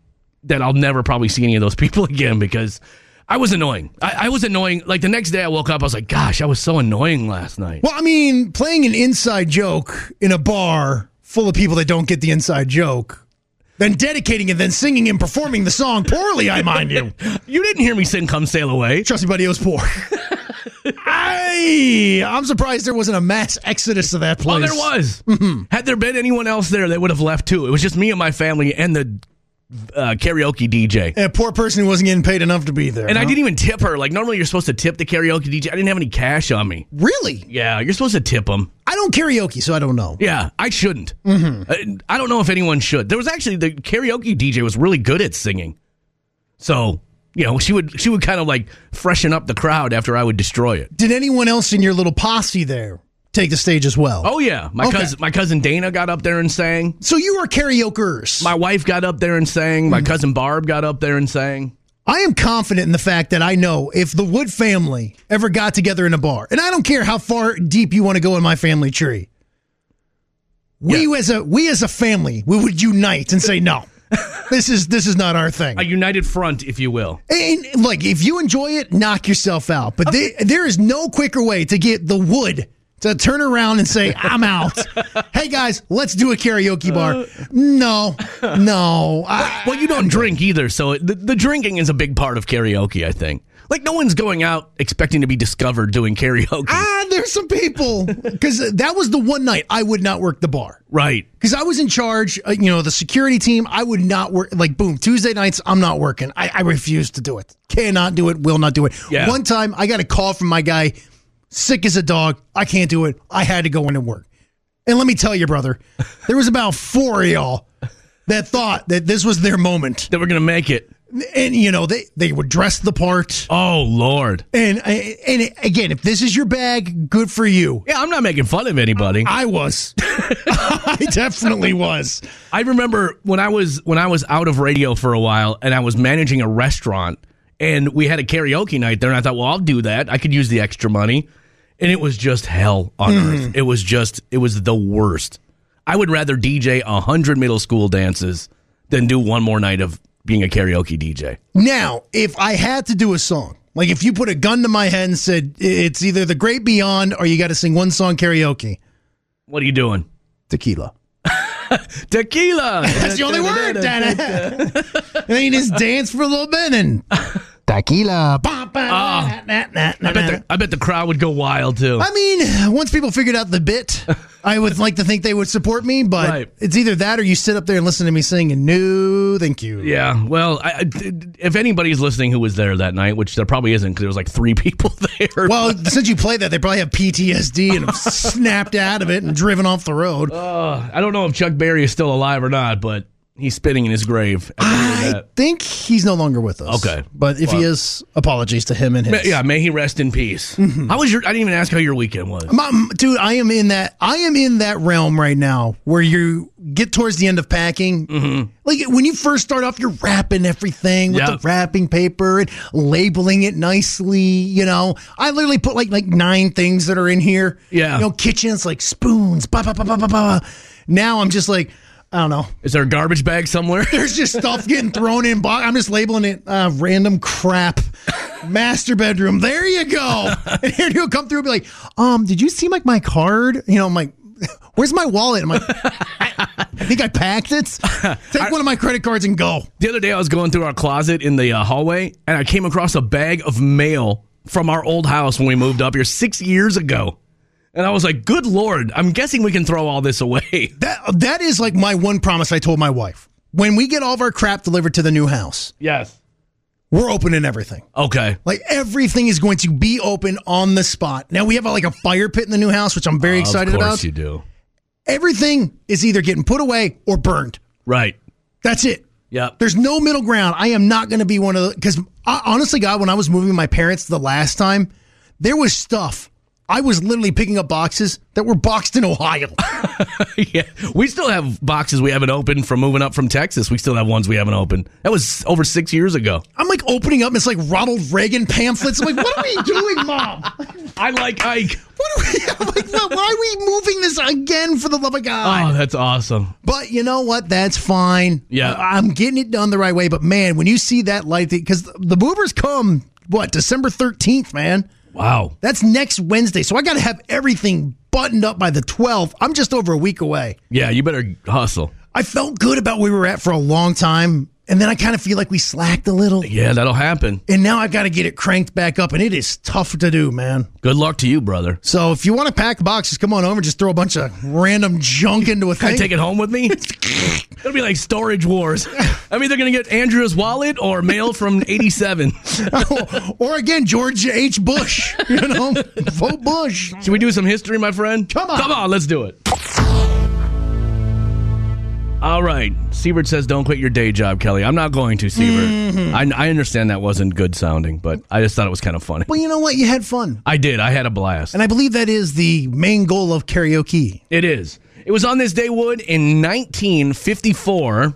[SPEAKER 1] that I'll never probably see any of those people again because I was annoying. I, I was annoying. Like the next day I woke up, I was like, gosh, I was so annoying last night.
[SPEAKER 2] Well, I mean, playing an inside joke in a bar full of people that don't get the inside joke, then dedicating it, then singing and performing the song poorly, I mind you.
[SPEAKER 1] You didn't hear me sing "Come Sail Away."
[SPEAKER 2] Trust me, buddy, it was poor. I, I'm surprised there wasn't a mass exodus to that place.
[SPEAKER 1] Oh, there was. Had there been anyone else there, they would have left too. It was just me and my family and the uh, karaoke DJ.
[SPEAKER 2] A poor person who wasn't getting paid enough to be there.
[SPEAKER 1] And I
[SPEAKER 2] huh?
[SPEAKER 1] didn't even tip her. Like normally, you're supposed to tip the karaoke DJ. I didn't have any cash on me.
[SPEAKER 2] Really?
[SPEAKER 1] Yeah, you're supposed to tip them.
[SPEAKER 2] I don't karaoke, so I don't know.
[SPEAKER 1] Yeah, I shouldn't. Mm-hmm. I, I don't know if anyone should. There was actually the karaoke DJ was really good at singing, so you know she would she would kind of like freshen up the crowd after I would destroy it.
[SPEAKER 2] Did anyone else in your little posse there take the stage as well?
[SPEAKER 1] Oh yeah, my
[SPEAKER 2] Okay.
[SPEAKER 1] cousin my cousin Dana got up there and sang.
[SPEAKER 2] So you are karaokers.
[SPEAKER 1] My wife got up there and sang.
[SPEAKER 2] Mm-hmm.
[SPEAKER 1] My cousin Barb got up there and sang.
[SPEAKER 2] I am confident in the fact that I know if the Wood family ever got together in a bar, and I don't care how far deep you want to go in my family tree, we as a we as a family we would unite and say no, this is this is not our thing.
[SPEAKER 1] a united front, if you will.
[SPEAKER 2] And like, if you enjoy it, knock yourself out. But there- there is no quicker way to get the wood to turn around and say, "I'm out." hey guys, let's do a karaoke bar. No, no. I,
[SPEAKER 1] Well, you don't drink either, so the, the drinking is a big part of karaoke, I think. Like, no one's going out expecting to be discovered doing karaoke.
[SPEAKER 2] ah, there's some people because that was the one night I would not work the bar.
[SPEAKER 1] right.
[SPEAKER 2] Because I was in charge, uh, you know, the security team. I would not work. Like, boom, Tuesday nights, I'm not working. I, I refuse to do it. Cannot do it. Will not do it.
[SPEAKER 1] Yeah.
[SPEAKER 2] One time, I got a call from my guy, sick as a dog. I can't do it. I had to go in and work. And let me tell you, brother, there was about four of y'all that thought that this was their moment.
[SPEAKER 1] That we're going to make it.
[SPEAKER 2] And you know, they they would dress the part.
[SPEAKER 1] Oh, Lord.
[SPEAKER 2] And I- and again, if this is your bag, good for you.
[SPEAKER 1] Yeah, I'm not making fun of anybody.
[SPEAKER 2] I was. I definitely was.
[SPEAKER 1] I remember when I was when I was out of radio for a while and I was managing a restaurant and we had a karaoke night there and I thought, well, I'll do that. I could use the extra money. And it was just hell on earth. It was just it was the worst. I would rather DJ a hundred middle school dances than do one more night of being a karaoke DJ.
[SPEAKER 2] Now, if I had to do a song, like if you put a gun to my head and said "I- it's either the Great Beyond or you got to sing one song karaoke,
[SPEAKER 1] What are you doing?
[SPEAKER 2] tequila.
[SPEAKER 1] Tequila.
[SPEAKER 2] That's the only word, Dana. and then you just dance for a little bit and tequila. Bop,
[SPEAKER 1] I bet the I bet the crowd would go wild too.
[SPEAKER 2] I mean, once people figured out the bit, I would like to think they would support me, but
[SPEAKER 1] Right.
[SPEAKER 2] it's either that or you sit up there and listen to me sing and no, thank you.
[SPEAKER 1] yeah. Well, I, I- if anybody's listening who was there that night, which there probably isn't because there was like three people there.
[SPEAKER 2] Well, since you played that, they probably have PTSD and have snapped out of it and driven off the road.
[SPEAKER 1] Oh, I don't know if Chuck Berry is still alive or not, but he's spitting in his grave. after hearing
[SPEAKER 2] I
[SPEAKER 1] that.
[SPEAKER 2] think he's no longer with us.
[SPEAKER 1] Okay.
[SPEAKER 2] But if he is, apologies to him and his.
[SPEAKER 1] Ma- yeah. May he rest in peace.
[SPEAKER 2] Mm-hmm.
[SPEAKER 1] How was your? I didn't even ask how your weekend was.
[SPEAKER 2] Mom, dude, I am in that I am in that realm right now where you get towards the end of packing. Like when you first start off, you're wrapping everything with
[SPEAKER 1] Mm-hmm. Yeah.
[SPEAKER 2] the wrapping paper and labeling it nicely. You know, I literally put like like nine things that are in here.
[SPEAKER 1] Yeah.
[SPEAKER 2] you know, kitchens like spoons. Bah, bah, bah, bah, bah, bah. Now I'm just like. I don't know.
[SPEAKER 1] Is there a garbage bag somewhere?
[SPEAKER 2] There's just stuff getting thrown in. bo- I'm just labeling it uh, random crap. Master bedroom. There you go. And here he'll come through and be like, um, did you see like my card? You know, I'm like, where's my wallet? I'm like, I, I think I packed it. Take one of my credit cards and go.
[SPEAKER 1] The other day, I was going through our closet in the uh, hallway, and I came across a bag of mail from our old house when we moved up here six years ago. And I was like, "Good lord! I'm guessing we can throw all this away."
[SPEAKER 2] That that is like my one promise I told my wife. When we get all of our crap delivered to the new house,
[SPEAKER 1] Yes.
[SPEAKER 2] we're opening everything.
[SPEAKER 1] Okay.
[SPEAKER 2] Like everything is going to be open on the spot. Now we have like a fire pit in the new house, which I'm very excited
[SPEAKER 1] of course
[SPEAKER 2] about.
[SPEAKER 1] you do.
[SPEAKER 2] Everything is either getting put away or burned.
[SPEAKER 1] Right.
[SPEAKER 2] That's it.
[SPEAKER 1] Yep.
[SPEAKER 2] There's no middle ground. I am not going to be one of the because honestly, God, when I was moving with my parents the last time, there was stuff. I was literally picking up boxes that were boxed in Ohio.
[SPEAKER 1] yeah. We still have boxes we haven't opened from moving up from Texas. We still have ones we haven't opened. That was over six years ago.
[SPEAKER 2] I'm like opening up, and it's like Ronald Reagan pamphlets. I'm like, what are we doing, mom?
[SPEAKER 1] I like Ike.
[SPEAKER 2] What are we? I'm like, "Why- why are we moving this again? For the love of God!
[SPEAKER 1] Oh, that's awesome.
[SPEAKER 2] But you know what? That's fine.
[SPEAKER 1] Yeah.
[SPEAKER 2] I- I'm getting it done the right way. But man, when you see that light, because the movers come what December 13th, man.
[SPEAKER 1] Wow.
[SPEAKER 2] That's next Wednesday. So I got to have everything buttoned up by the 12th. I'm just over a week away.
[SPEAKER 1] Yeah, you better hustle.
[SPEAKER 2] I felt good about where we were at for a long time. And then I kind of feel like we slacked a little.
[SPEAKER 1] Yeah, that'll happen.
[SPEAKER 2] And now I got to get it cranked back up. And it is tough to do, man.
[SPEAKER 1] Good luck to you, brother.
[SPEAKER 2] So if you want to pack boxes, come on over and just throw a bunch of random junk into a
[SPEAKER 1] Can I
[SPEAKER 2] thing.
[SPEAKER 1] take it home with me? It'll be like storage wars. I'm either going to get Andrea's wallet or mail from 87. Should
[SPEAKER 2] or again, George H. Bush, you know, vote Bush.
[SPEAKER 1] we do some history, my friend? Come
[SPEAKER 2] on.
[SPEAKER 1] Come on, let's do it. All right. Siebert says, don't quit your day job, Kelly. I'm not going to, Siebert.
[SPEAKER 2] Mm-hmm.
[SPEAKER 1] I, I understand that wasn't good sounding, but I just thought it was kind of funny.
[SPEAKER 2] Well, you know what? You had fun.
[SPEAKER 1] I did. I had a blast.
[SPEAKER 2] And I believe that is the main goal of karaoke.
[SPEAKER 1] It is. It was on this day, Wood, in 1954.
[SPEAKER 8] Whopper,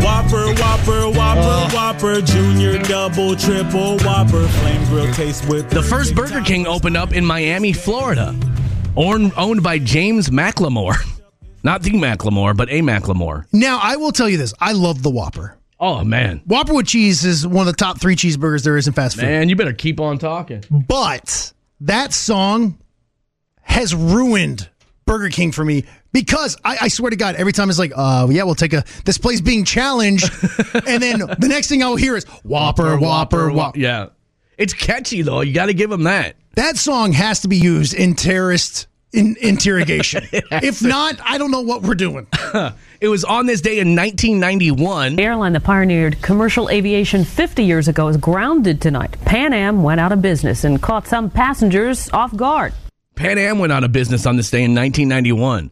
[SPEAKER 8] Whopper, Whopper,
[SPEAKER 9] Uh.
[SPEAKER 8] Whopper, Junior, Double, Triple, Whopper, Flame Grill taste with
[SPEAKER 1] The first Burger King opened up in Miami, Florida, own- owned by James McLemore. Not the McLemore, but a McLemore.
[SPEAKER 2] Now, I will tell you this I love the Whopper.
[SPEAKER 1] Oh, man.
[SPEAKER 2] Whopper with cheese is one of the top three cheeseburgers there is in fast food.
[SPEAKER 1] Man, you better keep on talking.
[SPEAKER 2] But that song has ruined Burger King for me because I, I swear to God, every time it's like, uh, yeah, we'll take a this place being challenged, and then the next thing I'll hear is Whopper, Whopper, Whopper.
[SPEAKER 1] Yeah. It's catchy, though. You got to give him that.
[SPEAKER 2] That song has to be used in terrorist. In interrogation. if not, I don't know what we're doing.
[SPEAKER 1] It was on this day in 1991.
[SPEAKER 9] airline that pioneered commercial aviation 50 years ago is grounded tonight. Pan Am went out of business and caught some passengers off guard.
[SPEAKER 1] Pan Am went out of business on this day in 1991.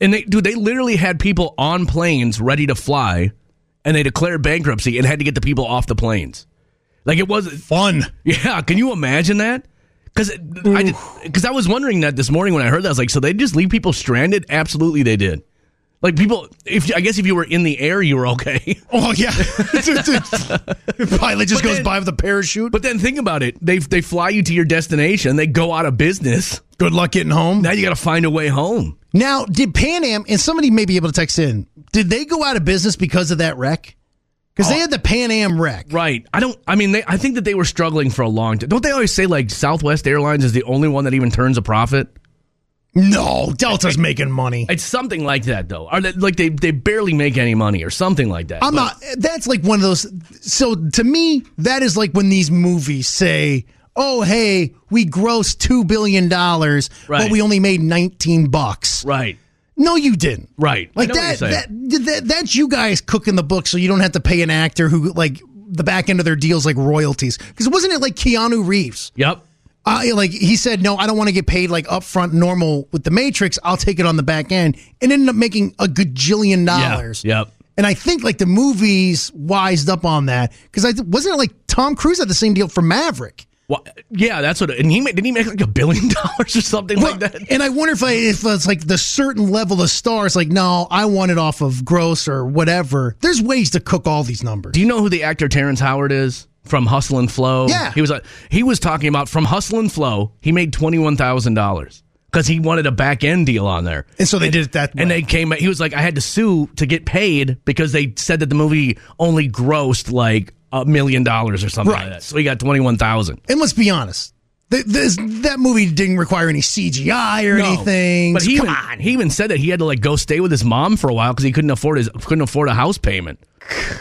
[SPEAKER 1] And they, dude, they literally had people on planes ready to fly, and they declared bankruptcy and had to get the people off the planes. Like it was
[SPEAKER 2] Fun.
[SPEAKER 1] Yeah, can you imagine that? Because I because I was wondering that this morning when I heard that I was like, so they just leave people stranded? Absolutely, they did. Like people, if I guess if you were in the air, you were okay.
[SPEAKER 2] Oh yeah. Pilot just
[SPEAKER 1] But
[SPEAKER 2] goes
[SPEAKER 1] then-
[SPEAKER 2] by with a parachute.
[SPEAKER 1] But then think about it: they they fly you to your destination, they go out of business.
[SPEAKER 2] Good luck getting home.
[SPEAKER 1] Now you got to find a way home.
[SPEAKER 2] Now, did Pan Am and somebody may be able to text in? Did they go out of business because of that wreck? Because
[SPEAKER 1] Oh.
[SPEAKER 2] they had the Pan Am wreck.
[SPEAKER 1] Right? I don't. I mean, they, I think that they were struggling for a long time. Don't they always say like Southwest Airlines is the only one that even turns a profit?
[SPEAKER 2] No, Delta's making money.
[SPEAKER 1] It's something like that, though. Are they, like they they barely make any money or something like that?
[SPEAKER 2] I'm
[SPEAKER 1] But-
[SPEAKER 2] not. That's like one of those. so to me, that is like when these movies say, "Oh, hey, we grossed two billion dollars,
[SPEAKER 1] Right.
[SPEAKER 2] but we only made nineteen bucks."
[SPEAKER 1] Right.
[SPEAKER 2] No, you didn't.
[SPEAKER 1] Right. I
[SPEAKER 2] Like
[SPEAKER 1] know what
[SPEAKER 2] that,
[SPEAKER 1] you're
[SPEAKER 2] that,
[SPEAKER 1] saying.
[SPEAKER 2] that. That's you guys cooking the book, so you don't have to pay an actor who like the back end of their deals like royalties. Because wasn't it like Keanu Reeves?
[SPEAKER 1] Yep.
[SPEAKER 2] Uh, like he said, no, I don't want to get paid like upfront normal with the Matrix. I'll take it on the back end, and ended up making a gajillion dollars.
[SPEAKER 1] Yeah. Yep.
[SPEAKER 2] And I think like the movies wised up on that because I wasn't it like Tom Cruise had the same deal for Maverick.
[SPEAKER 1] Wha- yeah, that's what. And he ma- didn't he make like a billion dollars or something like that.
[SPEAKER 2] And I wonder if I, if it's like the certain level of stars, like no, I want it off of gross or whatever. There's ways to cook all these numbers.
[SPEAKER 1] Do you know who the actor Terrence Howard is from Hustle and Flow?
[SPEAKER 2] Yeah.
[SPEAKER 1] he was. uh, He was talking about from Hustle and Flow. He made twenty one thousand dollars because he wanted a back end deal on there.
[SPEAKER 2] And so they did it that way.
[SPEAKER 1] And they came. He was like, I had to sue to get paid because they said that the movie only grossed like a million dollars or something like
[SPEAKER 2] Right.
[SPEAKER 1] that. So he got twenty one thousand.
[SPEAKER 2] and let's be honest, th- this, that movie didn't require any CGI or anything.
[SPEAKER 1] But he
[SPEAKER 2] Come
[SPEAKER 1] even,
[SPEAKER 2] on.
[SPEAKER 1] he even said that he had to like go stay with his mom for a while because he couldn't afford his couldn't afford a house payment.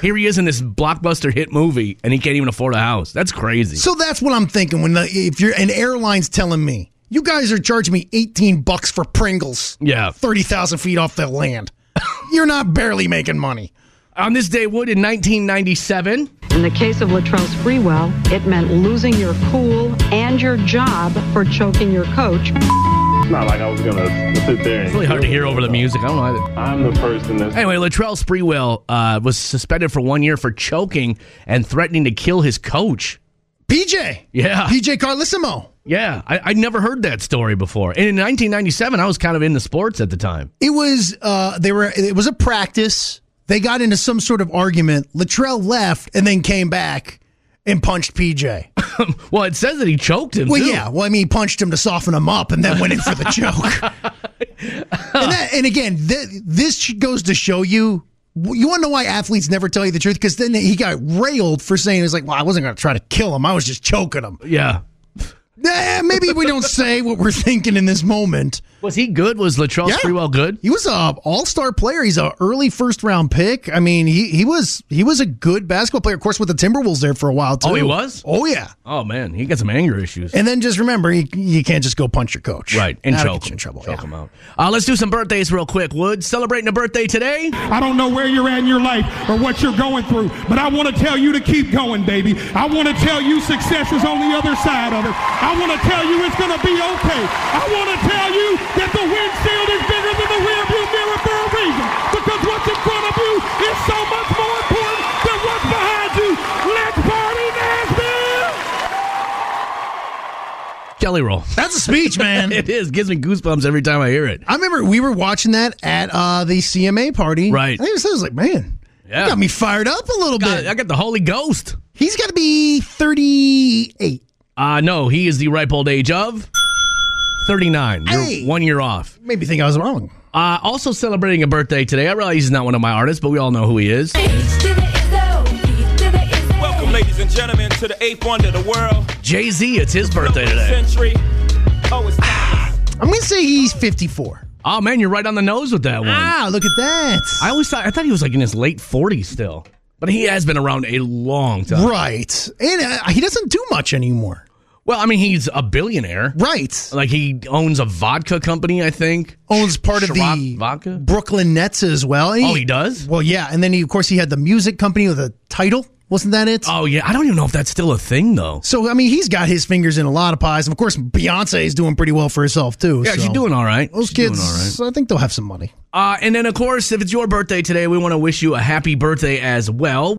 [SPEAKER 1] Here he is in this blockbuster hit movie and he can't even afford a house. That's crazy.
[SPEAKER 2] So that's what I'm thinking when the, if you're an airline's telling me you guys are charging me 18 bucks for Pringles,
[SPEAKER 1] yeah.
[SPEAKER 2] thirty thousand feet off the land, you're not barely making money.
[SPEAKER 1] On this day, Wood in 1997.
[SPEAKER 10] In the case of Latrell Sprewell, it meant losing your cool and your job for choking your coach.
[SPEAKER 11] It's not like I was gonna sit there. And
[SPEAKER 1] It's really hard to hear over the music. I don't know. Either.
[SPEAKER 11] I'm the person that's
[SPEAKER 1] Anyway, Latrell Sprewell uh, was suspended for one year for choking and threatening to kill his coach.
[SPEAKER 2] PJ,
[SPEAKER 1] Yeah.
[SPEAKER 2] PJ Carlissimo.
[SPEAKER 1] Yeah, I, I never heard that story before. And in 1997, I was kind of into sports at the time.
[SPEAKER 2] It was uh, they were it was a practice. They got into some sort of argument. Latrell left and then came back and punched PJ.
[SPEAKER 1] Well, it says that he choked him.
[SPEAKER 2] Well,
[SPEAKER 1] too.
[SPEAKER 2] yeah. Well, I mean, he punched him to soften him up, and then went in for the joke. and, that, and again, th- this sh- goes to show you. You want to know why athletes never tell you the truth? Because then he got railed for saying, "It was like, well, I wasn't going to try to kill him. I was just choking him."
[SPEAKER 1] yeah.
[SPEAKER 2] Eh, maybe we don't say what we're thinking in this moment.
[SPEAKER 1] Was he good? Was Latrell
[SPEAKER 2] Yeah.
[SPEAKER 1] Sprewell good?
[SPEAKER 2] He was a all-star player. He's a early first-round pick. I mean, he he was he was a good basketball player. Of course, with the Timberwolves there for a while too.
[SPEAKER 1] Oh, he was?
[SPEAKER 2] Oh yeah.
[SPEAKER 1] Oh man, he got some anger issues.
[SPEAKER 2] And then just remember, you, you can't just go punch your coach.
[SPEAKER 1] Right, and
[SPEAKER 2] That'll
[SPEAKER 1] choke
[SPEAKER 2] get you
[SPEAKER 1] him.
[SPEAKER 2] in trouble.
[SPEAKER 1] Choke
[SPEAKER 2] yeah.
[SPEAKER 1] him out. Uh, let's do some birthdays real quick. Wood celebrating a birthday today.
[SPEAKER 12] I don't know where you're at in your life or what you're going through, but I want to tell you to keep going, baby. I want to tell you success is on the other side of it. I want to tell you it's going to be okay. I want to tell you that the windshield is bigger than the rearview mirror for a reason because what's in front of you is so much more important than what's behind you. Let's party, Nashville!
[SPEAKER 1] Jelly roll.
[SPEAKER 2] That's a speech, man.
[SPEAKER 1] It is gives me goosebumps every time I hear it.
[SPEAKER 2] I remember we were watching that at uh, the CMA party.
[SPEAKER 1] Right.
[SPEAKER 2] I was, I was like, man,
[SPEAKER 1] Yeah.
[SPEAKER 2] yeah. got me fired up a little
[SPEAKER 1] God,
[SPEAKER 2] bit.
[SPEAKER 1] I got the Holy Ghost.
[SPEAKER 2] He's got to be 38.
[SPEAKER 1] Uh no, he is the ripe old age of 39. You're
[SPEAKER 2] Hey.
[SPEAKER 1] one year off.
[SPEAKER 2] Made me think I was wrong.
[SPEAKER 1] Uh, also celebrating a birthday today. I realize he's not one of my artists, but we all know who he is.
[SPEAKER 8] Welcome, ladies and gentlemen, to the eighth wonder of the world.
[SPEAKER 1] Jay Z, it's his birthday today.
[SPEAKER 8] Century. Oh, it's
[SPEAKER 2] I'm going to say he's 54.
[SPEAKER 1] Oh man, you're right on the nose with that one.
[SPEAKER 2] Ah, look at that.
[SPEAKER 1] I always thought I thought he was like in his late 40s still, but he has been around a long time.
[SPEAKER 2] right. And uh, he doesn't do much anymore.
[SPEAKER 1] Well, I mean, he's a billionaire.
[SPEAKER 2] Right.
[SPEAKER 1] Like he owns a vodka company, I think.
[SPEAKER 2] Owns part of the
[SPEAKER 1] Ciroc vodka?
[SPEAKER 2] Brooklyn Nets as well. And
[SPEAKER 1] Oh, he does?
[SPEAKER 2] Well, yeah. And then, he, of course, he had the music company with a title. Wasn't that it?
[SPEAKER 1] Oh yeah, I don't even know if that's still a thing though.
[SPEAKER 2] so, I mean, he's got his fingers in a lot of pies. And, of course, Beyonce is doing pretty well for herself, too.
[SPEAKER 1] Yeah,
[SPEAKER 2] so.
[SPEAKER 1] she's doing all right.
[SPEAKER 2] Those
[SPEAKER 1] She's doing
[SPEAKER 2] kids,
[SPEAKER 1] all right.
[SPEAKER 2] I think they'll have some money.
[SPEAKER 1] Uh, and then, of course, if it's your birthday today, we want to wish you a happy birthday as well.